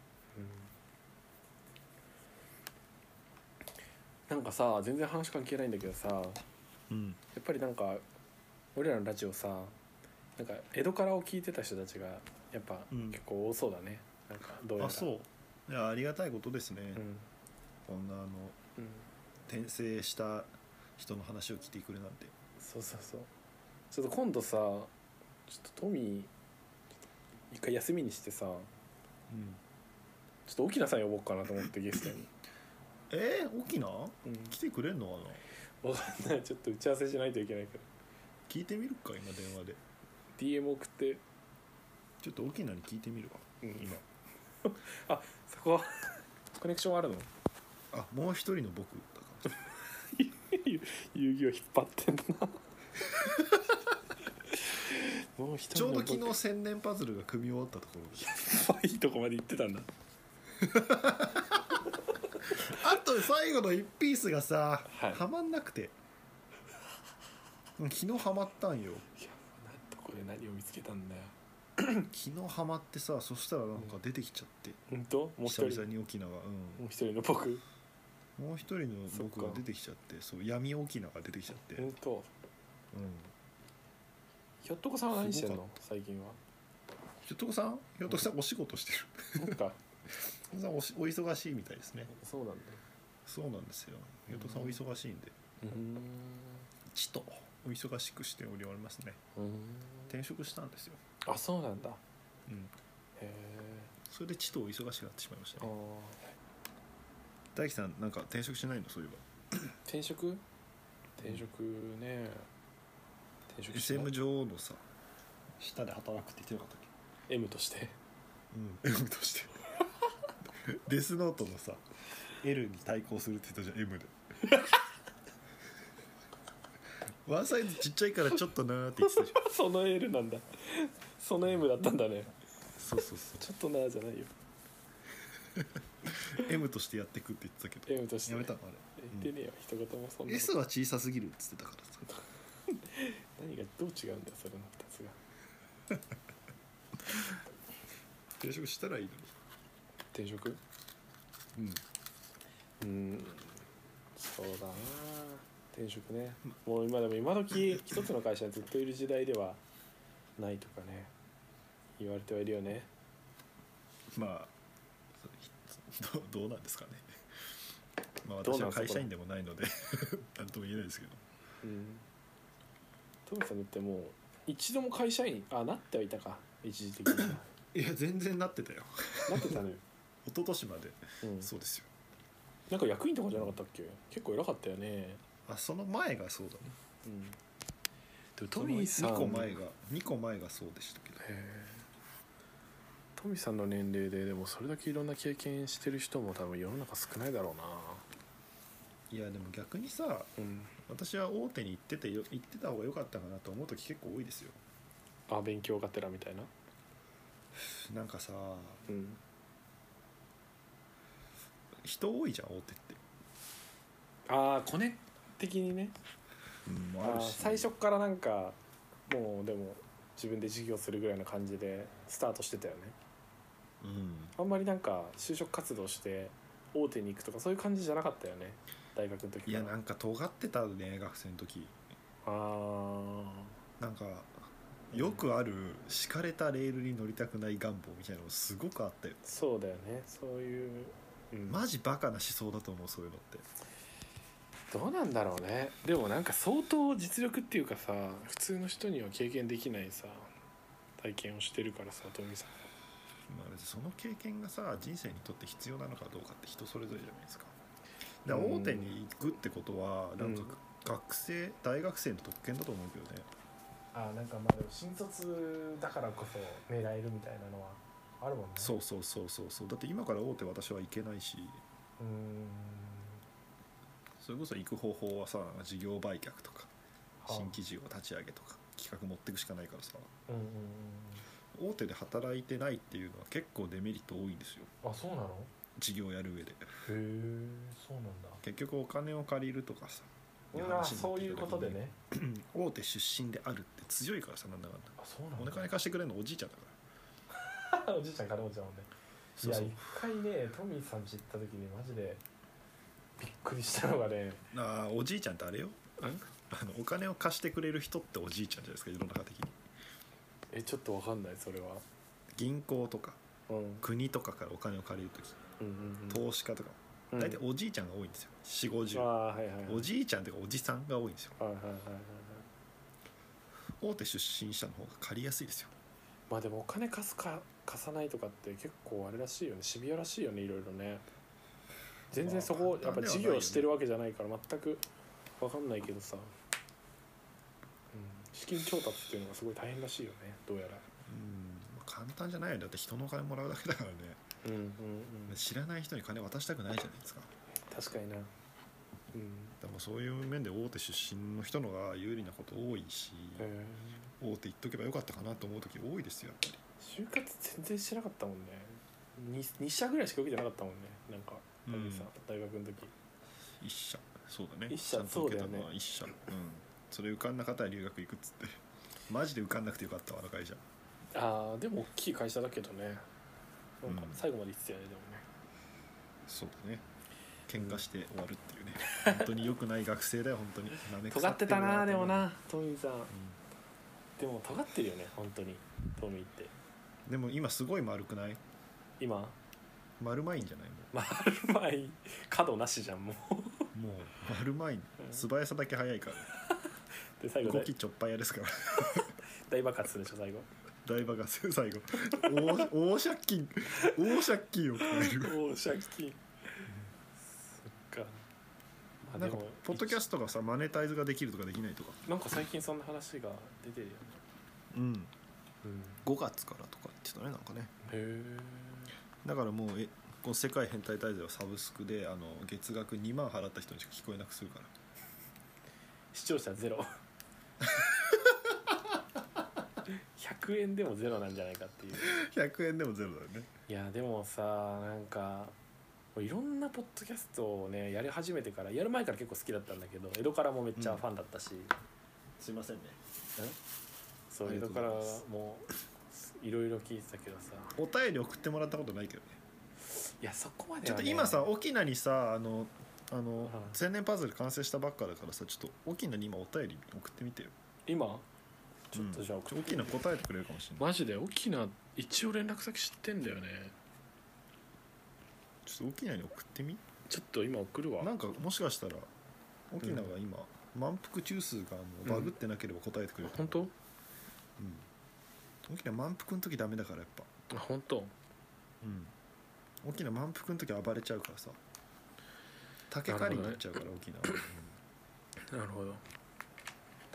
[SPEAKER 2] なんかさ全然話関係ないんだけどさや
[SPEAKER 1] うん
[SPEAKER 2] っぱりなんか俺らのラジオさなんか江戸からを聞いてた人たちがやっぱ
[SPEAKER 1] うん
[SPEAKER 2] 結構多そうだね、なんかどうやら
[SPEAKER 1] あそういやありがたいことですね、
[SPEAKER 2] うん
[SPEAKER 1] こんなあの
[SPEAKER 2] うん、
[SPEAKER 1] 転生した人の話を聞いてくれなんて
[SPEAKER 2] そうそうそうちょっと今度さちょっとトミー一回休みにしてさ
[SPEAKER 1] うん
[SPEAKER 2] ちょっと沖縄さん呼ぼうかなと思ってゲストに、
[SPEAKER 1] えー、沖縄来
[SPEAKER 2] う、
[SPEAKER 1] てくれんのかなん
[SPEAKER 2] わかんないちょっと打ち合わせしないといけないから
[SPEAKER 1] 聞いてみるか今電話で
[SPEAKER 2] DM 送って、
[SPEAKER 1] ちょっと沖縄に聞いてみるわ
[SPEAKER 2] うん、
[SPEAKER 1] 今
[SPEAKER 2] そこコネクションある の
[SPEAKER 1] あも う一人の僕だから
[SPEAKER 2] 遊戯を引っ張ってんなもう一人
[SPEAKER 1] ちょうど
[SPEAKER 2] の
[SPEAKER 1] 昨
[SPEAKER 2] 僕
[SPEAKER 1] 日千年パズルが組み終わったと ころで
[SPEAKER 2] いいとこまで行ってたんだ
[SPEAKER 1] あと最後の1ピースがさ、
[SPEAKER 2] はい
[SPEAKER 1] はまんなくてうん昨日はまったんよ
[SPEAKER 2] いやなんとこで何を見つけたんだよ
[SPEAKER 1] 昨日はまってさそしたらなんか出てきちゃって、
[SPEAKER 2] 本当もう一
[SPEAKER 1] 久
[SPEAKER 2] 人
[SPEAKER 1] 々に沖縄が、
[SPEAKER 2] もう一人の僕
[SPEAKER 1] うん、もう一人の僕
[SPEAKER 2] そっ
[SPEAKER 1] が
[SPEAKER 2] か
[SPEAKER 1] 出てきちゃってそう闇沖縄が出てきちゃって、うん
[SPEAKER 2] 本当ひょっとこさんは何してんの最近は
[SPEAKER 1] ひょっとこさんひょっとこさんお仕事してる
[SPEAKER 2] なんか
[SPEAKER 1] ひょっとこさん おしお忙しいみたいですね
[SPEAKER 2] そうなんだ
[SPEAKER 1] そうなんですよひょっとこさんお
[SPEAKER 2] うん
[SPEAKER 1] 忙しいんで
[SPEAKER 2] うーん
[SPEAKER 1] ちとお忙しくしておりますね
[SPEAKER 2] うーん
[SPEAKER 1] 転職したんですよ、
[SPEAKER 2] あそうなんだへ
[SPEAKER 1] うん、
[SPEAKER 2] え
[SPEAKER 1] それでちとお忙しくなってしまいました
[SPEAKER 2] あ
[SPEAKER 1] ね
[SPEAKER 2] ー
[SPEAKER 1] 大樹さんなんか転職しないのそういえば
[SPEAKER 2] 転職転職ね転職し
[SPEAKER 1] SM
[SPEAKER 2] ない
[SPEAKER 1] 女王のさ下で働くって言ってなかったっ
[SPEAKER 2] M として
[SPEAKER 1] けうん M としてデスノートのさ L に対抗するって言ったじゃん M でワンサイズちっちゃいからちょっとなーって言ってたじゃん
[SPEAKER 2] その L なんだその M だったんだね
[SPEAKER 1] そうそうそ
[SPEAKER 2] ちょっとなじゃないよ
[SPEAKER 1] う M としてやってくって言ってたけ
[SPEAKER 2] M として
[SPEAKER 1] どやめたのあ
[SPEAKER 2] 言ってねえよ一言もそん
[SPEAKER 1] れ
[SPEAKER 2] な
[SPEAKER 1] S は小さすぎるって言ってたからさ
[SPEAKER 2] 何がどう違うんだよそれの2つが
[SPEAKER 1] 転職したらいいの
[SPEAKER 2] 転職
[SPEAKER 1] にうん
[SPEAKER 2] うんそうだな転職ねもう今でも今時一つの会社にずっといる時代ではないとかね言われてはいるよね
[SPEAKER 1] まあそどどうなんです かねまあ
[SPEAKER 2] どう
[SPEAKER 1] 私
[SPEAKER 2] な
[SPEAKER 1] は
[SPEAKER 2] んすか
[SPEAKER 1] 会社員でもないので なんとも言えないですけど
[SPEAKER 2] うんトムさんだってもう一度も会社員あなってはいたか一時的に ない
[SPEAKER 1] や全然なってたよ
[SPEAKER 2] ってたのよ、
[SPEAKER 1] 一昨年まで
[SPEAKER 2] うん、
[SPEAKER 1] そうですよ
[SPEAKER 2] なんか役員とかじゃなかったっけ結構偉かったよね
[SPEAKER 1] あその前がそうだね
[SPEAKER 2] うんでも
[SPEAKER 1] そ
[SPEAKER 2] ト
[SPEAKER 1] の
[SPEAKER 2] ミーさん
[SPEAKER 1] 2個前が2個前がそうでしたけど
[SPEAKER 2] へートミーさんの年齢ででもそれだけいろんな経験してる人も多分世の中少ないだろうない
[SPEAKER 1] やでも逆にさ
[SPEAKER 2] うん
[SPEAKER 1] 私は大手に行っててよ行ってた方が良かったかなと思う時結構多いですよ
[SPEAKER 2] あ勉強がてらみたいな
[SPEAKER 1] なんかさ
[SPEAKER 2] うん
[SPEAKER 1] 人多いじゃん大手って、
[SPEAKER 2] ああコネ的にね
[SPEAKER 1] うん、
[SPEAKER 2] あ
[SPEAKER 1] もある
[SPEAKER 2] ー
[SPEAKER 1] し
[SPEAKER 2] 最初っからなんかもうでも自分で事業するぐらいの感じでスタートしてたよね
[SPEAKER 1] うん
[SPEAKER 2] あんまりなんか就職活動して大手に行くとかそういう感じじゃなかったよね大学の時
[SPEAKER 1] いやな
[SPEAKER 2] あ
[SPEAKER 1] んか尖ってたね学生の時
[SPEAKER 2] あー
[SPEAKER 1] なんかよくある敷かれたレールに乗りたくない願望みたいなのすごくあったよ
[SPEAKER 2] そうだよねそういう、うん、
[SPEAKER 1] マジバカな思想だと思うそういうのって
[SPEAKER 2] どうなんだろうねでもなんか相当実力っていうかさ普通の人には経験できないさ体験をしてるからさ富さん
[SPEAKER 1] まあ、別にその経験がさ人生にとって必要なのかどうかって人それぞれじゃないですかだから大手に行くってことは
[SPEAKER 2] うん
[SPEAKER 1] なんか学生、大学生の特権だと思うけどね
[SPEAKER 2] ああなんかまあでも新卒だからこそ狙えるみたいなのはあるもんね
[SPEAKER 1] そうそうそうそうそうだって今から大手私は行けないし
[SPEAKER 2] うーん
[SPEAKER 1] それこそ行く方法はさなんか事業売却とか
[SPEAKER 2] はあ
[SPEAKER 1] 新規事業立ち上げとか企画持っていくしかないからさ
[SPEAKER 2] うんうん
[SPEAKER 1] 大手で働いてないっていうのは結構デメリット多いんですよ
[SPEAKER 2] うんあそうなの
[SPEAKER 1] 事業やる上で
[SPEAKER 2] へえそうなんだ
[SPEAKER 1] 結局お金を借りるとかさいう
[SPEAKER 2] あ
[SPEAKER 1] 話にな
[SPEAKER 2] そう
[SPEAKER 1] ってきた時に
[SPEAKER 2] いうことでね
[SPEAKER 1] 大手出身であるって強いからさなんだかんだ
[SPEAKER 2] あそうな
[SPEAKER 1] お
[SPEAKER 2] んだ
[SPEAKER 1] 金貸してくれるのおじいちゃんだから
[SPEAKER 2] おじいちゃんからおじいちゃんもねい
[SPEAKER 1] そう
[SPEAKER 2] や
[SPEAKER 1] そう
[SPEAKER 2] 一回ねトミーさんち行った時にマジでびっくりしたのがね
[SPEAKER 1] ああおじいちゃんってあれよ
[SPEAKER 2] ん
[SPEAKER 1] あのお金を貸してくれる人っておじいちゃんじゃないですか世の中的に
[SPEAKER 2] えちょっとわかんないそれは
[SPEAKER 1] 銀行とか
[SPEAKER 2] うんうん
[SPEAKER 1] 国とかからお金を借りる時
[SPEAKER 2] うん
[SPEAKER 1] 投資家とか
[SPEAKER 2] うん
[SPEAKER 1] 大体おじいちゃんが多いんですよ4 5 0
[SPEAKER 2] ああーはいはいはい
[SPEAKER 1] おじいちゃんというかおじさんが多いんですよ
[SPEAKER 2] はいはいはいはいはい
[SPEAKER 1] 大手出身者の方が借りやすいですよ
[SPEAKER 2] まあでもお金貸すか貸さないとかって結構あれらしいよねシビアらしいよねいろいろね全然そこ
[SPEAKER 1] まあ
[SPEAKER 2] やっぱ
[SPEAKER 1] 簡単ではない
[SPEAKER 2] 事
[SPEAKER 1] よね
[SPEAKER 2] 業してるわけじゃないから全くわかんないけどさ、うん、資金調達っていうのがすごい大変らしいよねどうやら
[SPEAKER 1] うんまあ簡単じゃないよねだって人のお金もらうだけだからね
[SPEAKER 2] うんうんうん
[SPEAKER 1] 知らない人に金渡したくないじゃないですかだ
[SPEAKER 2] 確かになうん
[SPEAKER 1] からもうそういう面で大手出身の人のが有利なこと多いし、
[SPEAKER 2] へえ
[SPEAKER 1] おうって言っとけばよかったかなと思う時多いですよやっぱり
[SPEAKER 2] 就活全然してなかったもんね 2, 2社ぐらいしか受けてなかったもんねなんか
[SPEAKER 1] うん
[SPEAKER 2] 武井さん大学の時
[SPEAKER 1] 一社そうだね
[SPEAKER 2] 一社
[SPEAKER 1] ちゃんと受けた
[SPEAKER 2] そうだ
[SPEAKER 1] の
[SPEAKER 2] よ
[SPEAKER 1] は
[SPEAKER 2] ね
[SPEAKER 1] 一社うんそれ受かんなかったら留学行くっつってマジで受かんなくてよかったわあの会社
[SPEAKER 2] ああでも大きい会社だけどねなんか
[SPEAKER 1] うん
[SPEAKER 2] 最後まで言ってたよねでもね
[SPEAKER 1] そうだね喧嘩して終わるっていう ね本当に良くない学生だよ本当に舐め腐
[SPEAKER 2] 尖ってたなでも
[SPEAKER 1] うん
[SPEAKER 2] なトミーさんでも尖ってるよね本当にトミーって
[SPEAKER 1] でも今すごい丸くない
[SPEAKER 2] 今
[SPEAKER 1] 丸まいんじゃないも
[SPEAKER 2] 丸まい角なしじゃんもう
[SPEAKER 1] うもう丸まい素早さだけ早いから
[SPEAKER 2] で最後
[SPEAKER 1] 動
[SPEAKER 2] 大
[SPEAKER 1] きちょっぱいやですから
[SPEAKER 2] 大爆発するでしょ 最後
[SPEAKER 1] 大爆発最後大大借金大借金を抱える
[SPEAKER 2] おお借金そっかまあ
[SPEAKER 1] なん
[SPEAKER 2] で
[SPEAKER 1] か
[SPEAKER 2] も
[SPEAKER 1] ポッドキャストがさマネタイズができるとかできないとか
[SPEAKER 2] なんか最近そんな話が出てるよね、
[SPEAKER 1] うん
[SPEAKER 2] うん、
[SPEAKER 1] 5月からとかって言ってたねなんかね
[SPEAKER 2] へえ
[SPEAKER 1] だからもうえこの「世界変態大全」はサブスクであの月額2万払った人にしか聞こえなくするから
[SPEAKER 2] 視聴者ゼロ100円でもゼロなんじゃないかっていう
[SPEAKER 1] 100円でもゼロだよね
[SPEAKER 2] いやでもさなんかいろんなポッドキャストをねやり始めてからやる前から結構好きだったんだけど江戸からもめっちゃファンだったし、
[SPEAKER 1] すいませんね
[SPEAKER 2] そう
[SPEAKER 1] あ
[SPEAKER 2] 江
[SPEAKER 1] り
[SPEAKER 2] 戸
[SPEAKER 1] がとう
[SPEAKER 2] から
[SPEAKER 1] ございます
[SPEAKER 2] もいろいろ聞いてたけどさ
[SPEAKER 1] お便り送ってもらったことないけどね
[SPEAKER 2] いやそこまで
[SPEAKER 1] ちょ
[SPEAKER 2] は
[SPEAKER 1] っ
[SPEAKER 2] ね
[SPEAKER 1] と今さ沖縄にさあのあの
[SPEAKER 2] はい
[SPEAKER 1] 青年パズル完成したばっかだからさちょっと沖縄に今お便り送ってみてよ
[SPEAKER 2] 今ちょっとじゃあ
[SPEAKER 1] うん
[SPEAKER 2] 送って
[SPEAKER 1] 沖縄答えてくれるかもしれない
[SPEAKER 2] マジで沖縄一応連絡先知ってんだよね
[SPEAKER 1] ちょっと沖縄に送ってみ
[SPEAKER 2] ちょっと今送るわ
[SPEAKER 1] なんかもしかしたら沖縄が今、満腹中枢があのバグってなければ答えてくれるかも、
[SPEAKER 2] 本当
[SPEAKER 1] うん、沖縄満腹の時ダメだからやっぱ
[SPEAKER 2] あ本当
[SPEAKER 1] うん沖縄満腹の時暴れちゃうからさ竹狩りになっちゃうから、沖縄は、うん
[SPEAKER 2] なるほど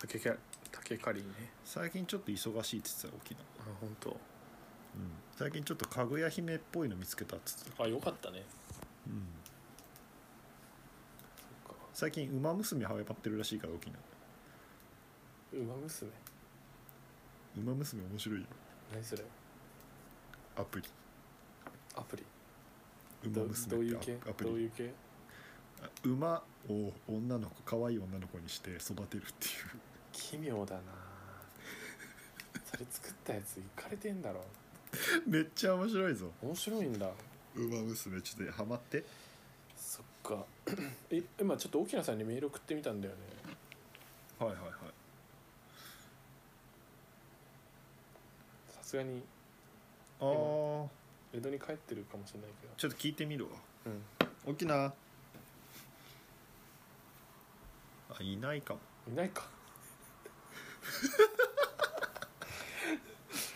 [SPEAKER 2] 竹か竹刈りね
[SPEAKER 1] 最近ちょっと忙しいっつってた沖縄、
[SPEAKER 2] あ本当
[SPEAKER 1] うん、最近ちょっとかぐや姫っぽいの見つけたっつってた、
[SPEAKER 2] あよかったね
[SPEAKER 1] うん、
[SPEAKER 2] そっか
[SPEAKER 1] 最近馬娘はやまってるらしいから沖縄
[SPEAKER 2] 馬娘
[SPEAKER 1] 馬娘面白いよ
[SPEAKER 2] 何それ
[SPEAKER 1] アプリ
[SPEAKER 2] アプリ
[SPEAKER 1] 馬
[SPEAKER 2] どどう
[SPEAKER 1] 娘
[SPEAKER 2] いう
[SPEAKER 1] って
[SPEAKER 2] 系
[SPEAKER 1] アアプ
[SPEAKER 2] どう
[SPEAKER 1] リ
[SPEAKER 2] いう系
[SPEAKER 1] あ馬を女の子可愛い女の子にして育てるっていう
[SPEAKER 2] 奇妙だなそれ作ったやついかれてんだろ
[SPEAKER 1] めっちゃ面白いぞ
[SPEAKER 2] 面白いんだ
[SPEAKER 1] 「ウマ娘」ちょっとハマって
[SPEAKER 2] そっかえ今ちょっと沖縄さんにメール送ってみたんだよね
[SPEAKER 1] はいはいはい
[SPEAKER 2] さすがに
[SPEAKER 1] あー
[SPEAKER 2] 江戸に帰ってるかもしれないけ
[SPEAKER 1] ちょっと聞いてみるわ
[SPEAKER 2] どうん
[SPEAKER 1] 沖縄あいないかも
[SPEAKER 2] いない か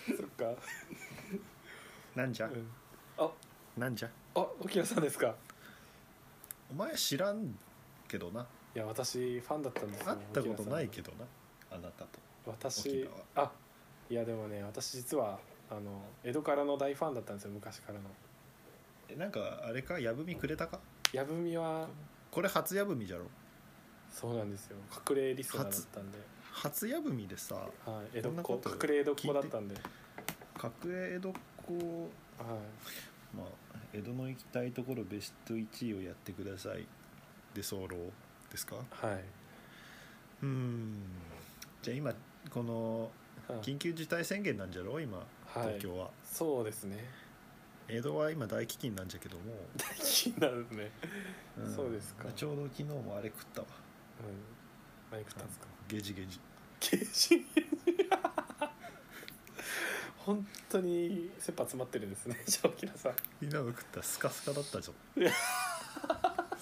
[SPEAKER 2] そっか、
[SPEAKER 1] なんじゃ、
[SPEAKER 2] うん、あ
[SPEAKER 1] なんじゃ
[SPEAKER 2] あ沖縄さんですか
[SPEAKER 1] お前知らんけどない
[SPEAKER 2] や私ファンだったんですよ
[SPEAKER 1] 会ったことないけ
[SPEAKER 2] ど
[SPEAKER 1] どなあなたと沖
[SPEAKER 2] 私
[SPEAKER 1] 縄
[SPEAKER 2] あいやでもね私実はあの江戸からの大ファンだったんですよ昔からの
[SPEAKER 1] えなんかあれかやぶみくれたか
[SPEAKER 2] やぶみは
[SPEAKER 1] これ初やぶみじゃろ
[SPEAKER 2] そうなんですよ隠れリスナーだったんで、
[SPEAKER 1] 初やぶみでさ
[SPEAKER 2] はい、江戸っ
[SPEAKER 1] こん
[SPEAKER 2] 子
[SPEAKER 1] なこと
[SPEAKER 2] 隠れ江戸っ子だったんで、
[SPEAKER 1] 角栄江戸っ子
[SPEAKER 2] はい、
[SPEAKER 1] まあ江戸の行きたいところベスト1位をやってくださいで候ですか
[SPEAKER 2] はい。
[SPEAKER 1] うーんじゃあ今この
[SPEAKER 2] はい
[SPEAKER 1] 緊急事態宣言なんじゃろ今
[SPEAKER 2] はい
[SPEAKER 1] 東京は、
[SPEAKER 2] そうですね。
[SPEAKER 1] 江戸は今大飢饉なんじゃけども、
[SPEAKER 2] 大金なるね。
[SPEAKER 1] ん
[SPEAKER 2] そうですか
[SPEAKER 1] ちょうど昨日もあれ食ったわ
[SPEAKER 2] うん。何食ったんですか。
[SPEAKER 1] ゲジゲジ
[SPEAKER 2] ケージ。 本当に切羽詰まってるんですね。正気なさん。
[SPEAKER 1] みんなも食ったスカスカだったじゃ
[SPEAKER 2] い
[SPEAKER 1] ん
[SPEAKER 2] や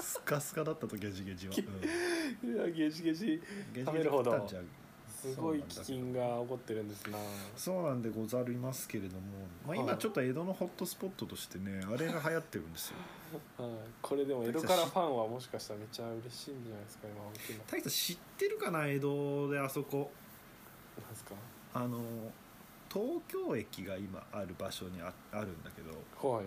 [SPEAKER 1] スカスカだったとゲジゲジは、うん
[SPEAKER 2] いやゲジゲジ。
[SPEAKER 1] ゲジゲジ
[SPEAKER 2] 食べるほど
[SPEAKER 1] 食ったんじゃ
[SPEAKER 2] すごい飢饉が起こってるんですな。
[SPEAKER 1] そうなんでござりますけれども、まあ、
[SPEAKER 2] は
[SPEAKER 1] 今
[SPEAKER 2] い
[SPEAKER 1] ちょっと江戸のホットスポットとしてねあれが流行ってるんですよ
[SPEAKER 2] はい。これでも江戸からファンはもしかしたらめっちゃ嬉しいんじゃないですか。今沖縄。
[SPEAKER 1] 大輝さん知ってるかな江戸であそこ
[SPEAKER 2] なんですか。
[SPEAKER 1] あの東京駅が今ある場所にああるんだけど
[SPEAKER 2] はい。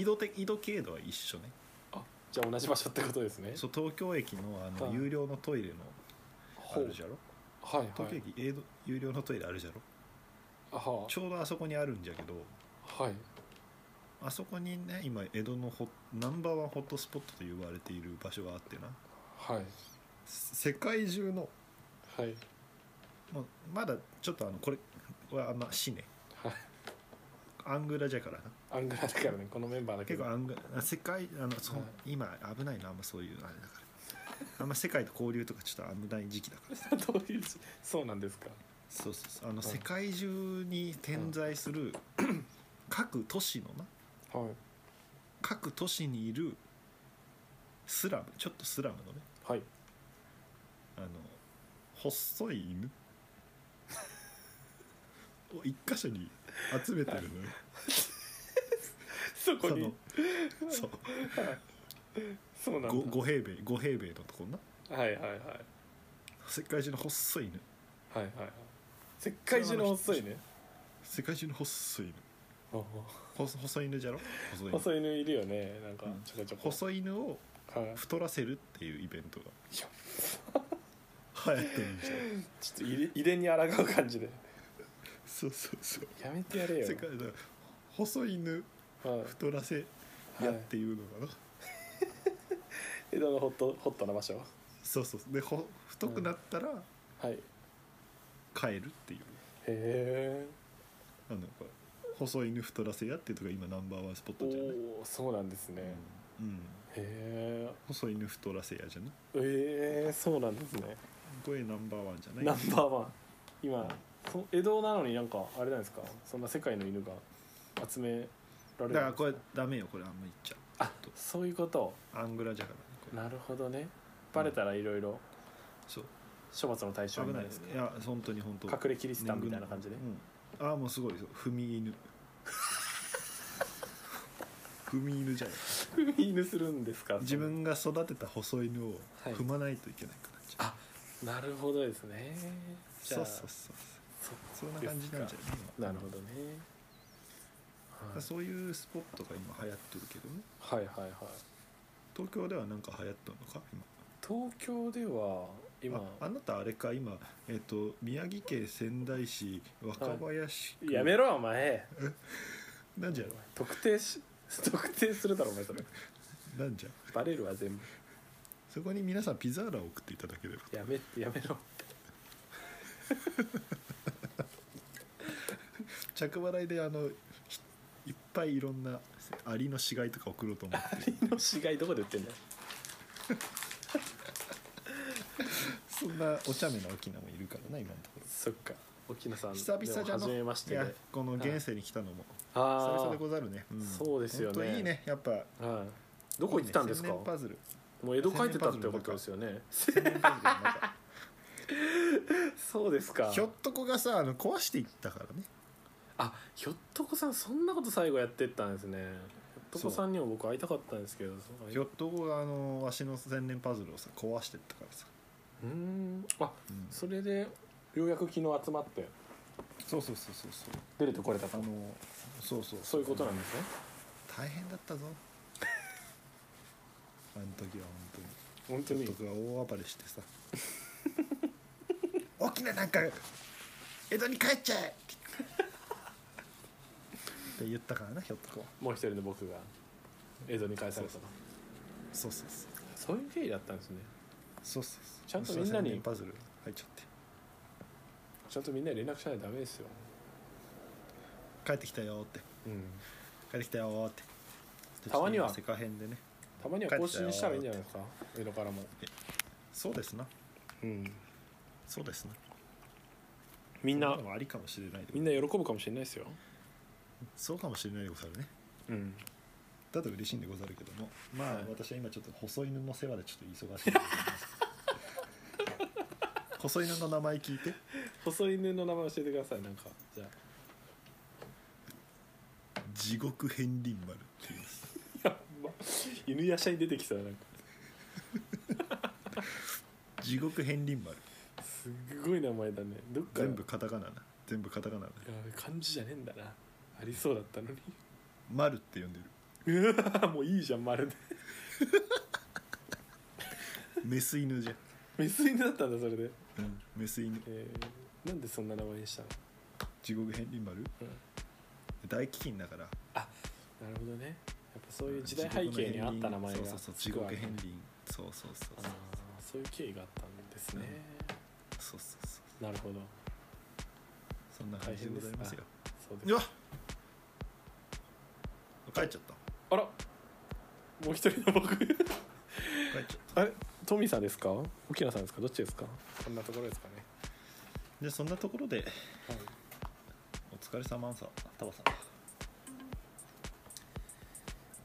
[SPEAKER 1] 井戸て井戸経度は一緒ね
[SPEAKER 2] あ、じゃあ同じ場所ってことですね。
[SPEAKER 1] そう東京駅のあ
[SPEAKER 2] は
[SPEAKER 1] の
[SPEAKER 2] い
[SPEAKER 1] 有料のトイレのあ
[SPEAKER 2] ほう
[SPEAKER 1] るじゃろ
[SPEAKER 2] はい
[SPEAKER 1] 東
[SPEAKER 2] は
[SPEAKER 1] 京
[SPEAKER 2] い
[SPEAKER 1] 駅、えー有料のトイレあるじゃろ
[SPEAKER 2] あは
[SPEAKER 1] ちょうどあそこにあるんじゃけど
[SPEAKER 2] あはい
[SPEAKER 1] あそこにね今江戸のホナンバーワンホットスポットと呼ばれている場所があってな
[SPEAKER 2] はい
[SPEAKER 1] 世界中の
[SPEAKER 2] はい
[SPEAKER 1] まあまだちょっとあのこれはあんましね
[SPEAKER 2] はい
[SPEAKER 1] アングラじゃからな
[SPEAKER 2] アングラだからねこのメンバーだけ
[SPEAKER 1] 結
[SPEAKER 2] ど
[SPEAKER 1] 構アングラ世界あのそう、
[SPEAKER 2] はい
[SPEAKER 1] 今危ないなあんまそういうあれだからあんま世界と交流とかちょっと危ない時期だから
[SPEAKER 2] どういう字そうなんですか
[SPEAKER 1] そうそうそうあの
[SPEAKER 2] い
[SPEAKER 1] 世界中に点在する各都市のな
[SPEAKER 2] はい
[SPEAKER 1] 各都市にいるスラムちょっとスラムのね
[SPEAKER 2] はい
[SPEAKER 1] あの細い 犬を一箇所に集めてるのよ
[SPEAKER 2] そこ
[SPEAKER 1] そ
[SPEAKER 2] に
[SPEAKER 1] のそう
[SPEAKER 2] そうなんだ
[SPEAKER 1] ごご平米ご平米のとこな
[SPEAKER 2] はいはいはいはい
[SPEAKER 1] 世界中の細い犬
[SPEAKER 2] はいはい世界中の細いね
[SPEAKER 1] 世界中の細い犬
[SPEAKER 2] ああ
[SPEAKER 1] ほ細い犬じゃろ細い犬
[SPEAKER 2] 細い犬いるよねなんか
[SPEAKER 1] うん
[SPEAKER 2] ちょこちょこ
[SPEAKER 1] 細い犬を
[SPEAKER 2] はい
[SPEAKER 1] 太らせるっていうイベント
[SPEAKER 2] や
[SPEAKER 1] が流行ってるんじゃん
[SPEAKER 2] ちょっと遺伝遺伝に抗う感じで
[SPEAKER 1] そうそうそう
[SPEAKER 2] やめてやれよ
[SPEAKER 1] 世界だ細い犬
[SPEAKER 2] はい
[SPEAKER 1] 太らせやっていうのかな、
[SPEAKER 2] 江戸のホットホットな場所は
[SPEAKER 1] そうそうでほ太くなったら
[SPEAKER 2] いへ
[SPEAKER 1] 帰るっていう、
[SPEAKER 2] え
[SPEAKER 1] あのこれ細い犬太らせやっていうとか今ナンバーワンスポッ
[SPEAKER 2] お
[SPEAKER 1] トじゃない、
[SPEAKER 2] おそうなんですね、
[SPEAKER 1] うんうん、
[SPEAKER 2] へ
[SPEAKER 1] 細い犬太らせやじゃない
[SPEAKER 2] ええー、そうなんですね
[SPEAKER 1] これナンバーワンじゃない
[SPEAKER 2] ナンバーワン今そ江戸なのになんかあれなんですかそんな世界の犬が集められるんです
[SPEAKER 1] だからこれダメよこれあんま言っちゃ
[SPEAKER 2] あそういうこと
[SPEAKER 1] うアングラじゃからねこれ
[SPEAKER 2] なるほどねバレたらいろいろ
[SPEAKER 1] そう
[SPEAKER 2] 処罰の対象
[SPEAKER 1] 危
[SPEAKER 2] にな
[SPEAKER 1] ない
[SPEAKER 2] るん
[SPEAKER 1] で
[SPEAKER 2] ですす
[SPEAKER 1] い
[SPEAKER 2] か
[SPEAKER 1] や本当に本当
[SPEAKER 2] 隠れキリシタンみたいな感じで、
[SPEAKER 1] うん、ああもうすごいですよ踏み 犬踏み犬じゃない
[SPEAKER 2] 踏み 犬するんですか
[SPEAKER 1] 自分が育てた細い犬を
[SPEAKER 2] はい
[SPEAKER 1] 踏まないといけないくなっちゃう、
[SPEAKER 2] あなるほどですねじ
[SPEAKER 1] そう
[SPEAKER 2] ゃあ
[SPEAKER 1] そうそう
[SPEAKER 2] そ
[SPEAKER 1] そうそんな感じなんじゃない今
[SPEAKER 2] なるほどね、
[SPEAKER 1] だか
[SPEAKER 2] は
[SPEAKER 1] らそういうスポットが今流行ってるけどね
[SPEAKER 2] い、はいはいはい
[SPEAKER 1] 東京ではなんか流行ったのか今
[SPEAKER 2] 東京では今
[SPEAKER 1] ああなたあれか今、えっと宮城県仙台市若林区、
[SPEAKER 2] やめろお前
[SPEAKER 1] なんじゃろ
[SPEAKER 2] 特定し 特定するだろお前それ
[SPEAKER 1] なんじゃ
[SPEAKER 2] バレるわ全部
[SPEAKER 1] そこに皆さんピザーラを送っていただければ
[SPEAKER 2] やめやめろ
[SPEAKER 1] 着払いであのひいっぱいいろんなアリの死骸とか送ろうと思 って
[SPEAKER 2] の死骸どこで売ってんだよ
[SPEAKER 1] そんなお茶目な沖縄もいるからな今のところ
[SPEAKER 2] そっか沖野さん
[SPEAKER 1] 久々じゃの
[SPEAKER 2] でも初めまして
[SPEAKER 1] い
[SPEAKER 2] で
[SPEAKER 1] やこの現世に来たのも久
[SPEAKER 2] あ
[SPEAKER 1] 々でござるね、ん
[SPEAKER 2] そうですよ
[SPEAKER 1] ほん
[SPEAKER 2] ね
[SPEAKER 1] といいねやっぱ
[SPEAKER 2] あはいどこ行ってたんですか
[SPEAKER 1] いいね千年パズル
[SPEAKER 2] もう江戸帰ってたってことですよね
[SPEAKER 1] 千年パズルの中
[SPEAKER 2] そうですか
[SPEAKER 1] ひょっとこがさあの壊していったからね
[SPEAKER 2] あひょっとこさんそんなこと最後やってったんですねひょっとこさんにも僕会いたかったんですけどそう
[SPEAKER 1] ひょっとこがあのわしの千年パズルをさ壊してったからさ、
[SPEAKER 2] うーんあ
[SPEAKER 1] うん
[SPEAKER 2] それでようやく昨日集まって
[SPEAKER 1] そうそうそうそうそう
[SPEAKER 2] 出るとこれたか
[SPEAKER 1] あのそうそう
[SPEAKER 2] そういうことなんですね
[SPEAKER 1] 大変だったぞ あの時は本当に
[SPEAKER 2] 本当
[SPEAKER 1] ちょっ
[SPEAKER 2] に
[SPEAKER 1] と大暴れしてさ 大きななんか江戸に帰っちゃえって言ったからなひょっとこは
[SPEAKER 2] もう一人の僕が江戸に返されたの
[SPEAKER 1] そうそうそう
[SPEAKER 2] そういう経緯だったんですね
[SPEAKER 1] そうそうそう
[SPEAKER 2] ちゃんとみんなに
[SPEAKER 1] そうそうパズル入っちゃって
[SPEAKER 2] ちゃんとみんなに連絡しないとダメですよ
[SPEAKER 1] 帰ってきたよーって
[SPEAKER 2] うん
[SPEAKER 1] 帰ってきたよーって
[SPEAKER 2] たまには
[SPEAKER 1] ちょっと今世界編でね
[SPEAKER 2] たまには更新したらいいんじゃないですか江戸からも
[SPEAKER 1] そうですな
[SPEAKER 2] うん
[SPEAKER 1] そうですな
[SPEAKER 2] み
[SPEAKER 1] み
[SPEAKER 2] んな
[SPEAKER 1] ありかもしれないで
[SPEAKER 2] みんな喜ぶかもしれないですよ
[SPEAKER 1] そうかもしれないでござるね
[SPEAKER 2] うん
[SPEAKER 1] だと嬉しいんでござるけどもまあ、
[SPEAKER 2] はい
[SPEAKER 1] 私は今ちょっと細犬の世話でちょっと忙しい んでございます細犬の名前聞いて
[SPEAKER 2] 細い犬の名前教えてくださいなんかじゃあ
[SPEAKER 1] 地獄片鱗丸って言います
[SPEAKER 2] やっば 犬やしゃに出てきたらなんか
[SPEAKER 1] 地獄片鱗丸
[SPEAKER 2] すっごい名前だねどっか
[SPEAKER 1] 全部カタカナな全部カタカナない
[SPEAKER 2] や漢字じゃねえんだなありそうだったのに
[SPEAKER 1] 丸って呼んでる
[SPEAKER 2] うわもういいじゃんまるで
[SPEAKER 1] メス犬じゃん
[SPEAKER 2] メス犬だったんだそれで
[SPEAKER 1] うんメス犬
[SPEAKER 2] えーなんでそんな名前にしたの
[SPEAKER 1] 地獄変鱗丸、
[SPEAKER 2] うん
[SPEAKER 1] 大飢饉だから
[SPEAKER 2] なるほどねやっぱそういう時代背景にあった名前が
[SPEAKER 1] そうそうそう地
[SPEAKER 2] つくわ
[SPEAKER 1] 獄
[SPEAKER 2] け
[SPEAKER 1] 変
[SPEAKER 2] ね
[SPEAKER 1] 鱗そうそうそう
[SPEAKER 2] あ
[SPEAKER 1] そう
[SPEAKER 2] ーそういう経緯があったんですね、
[SPEAKER 1] そうそうそう
[SPEAKER 2] なるほど
[SPEAKER 1] そんな感じでございますよ
[SPEAKER 2] そうです
[SPEAKER 1] うわ帰っちゃった
[SPEAKER 2] あらもう一人の僕
[SPEAKER 1] 帰っちゃっ
[SPEAKER 2] トミーさんですか沖縄さんですかどっちですかこんなところですかね
[SPEAKER 1] たでそんなところで
[SPEAKER 2] はい
[SPEAKER 1] お疲れ様さタバさん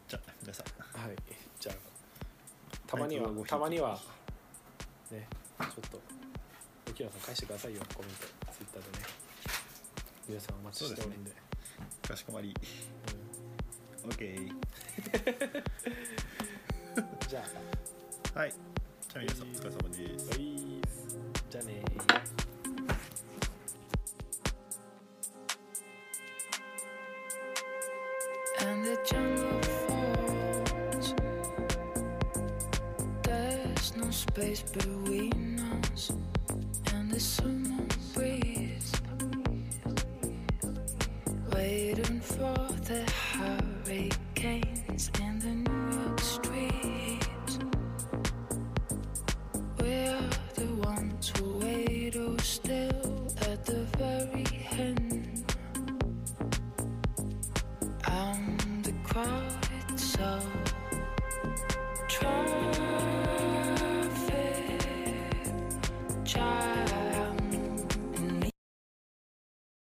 [SPEAKER 1] じゃあ皆さん
[SPEAKER 2] はい、じゃあたまには
[SPEAKER 1] はい
[SPEAKER 2] たまにはねちょっと沖縄さん返してくださいよコメントツイッターでね皆さんお待ちしておるんで
[SPEAKER 1] かしこまり
[SPEAKER 2] う
[SPEAKER 1] OK
[SPEAKER 2] んじゃあ
[SPEAKER 1] はいじゃあ皆さんお疲れ様です
[SPEAKER 2] おいーすじゃあねー
[SPEAKER 3] And the jungle falls. There's no space between us. And the summer breeze. Waiting for the hurricane. oh,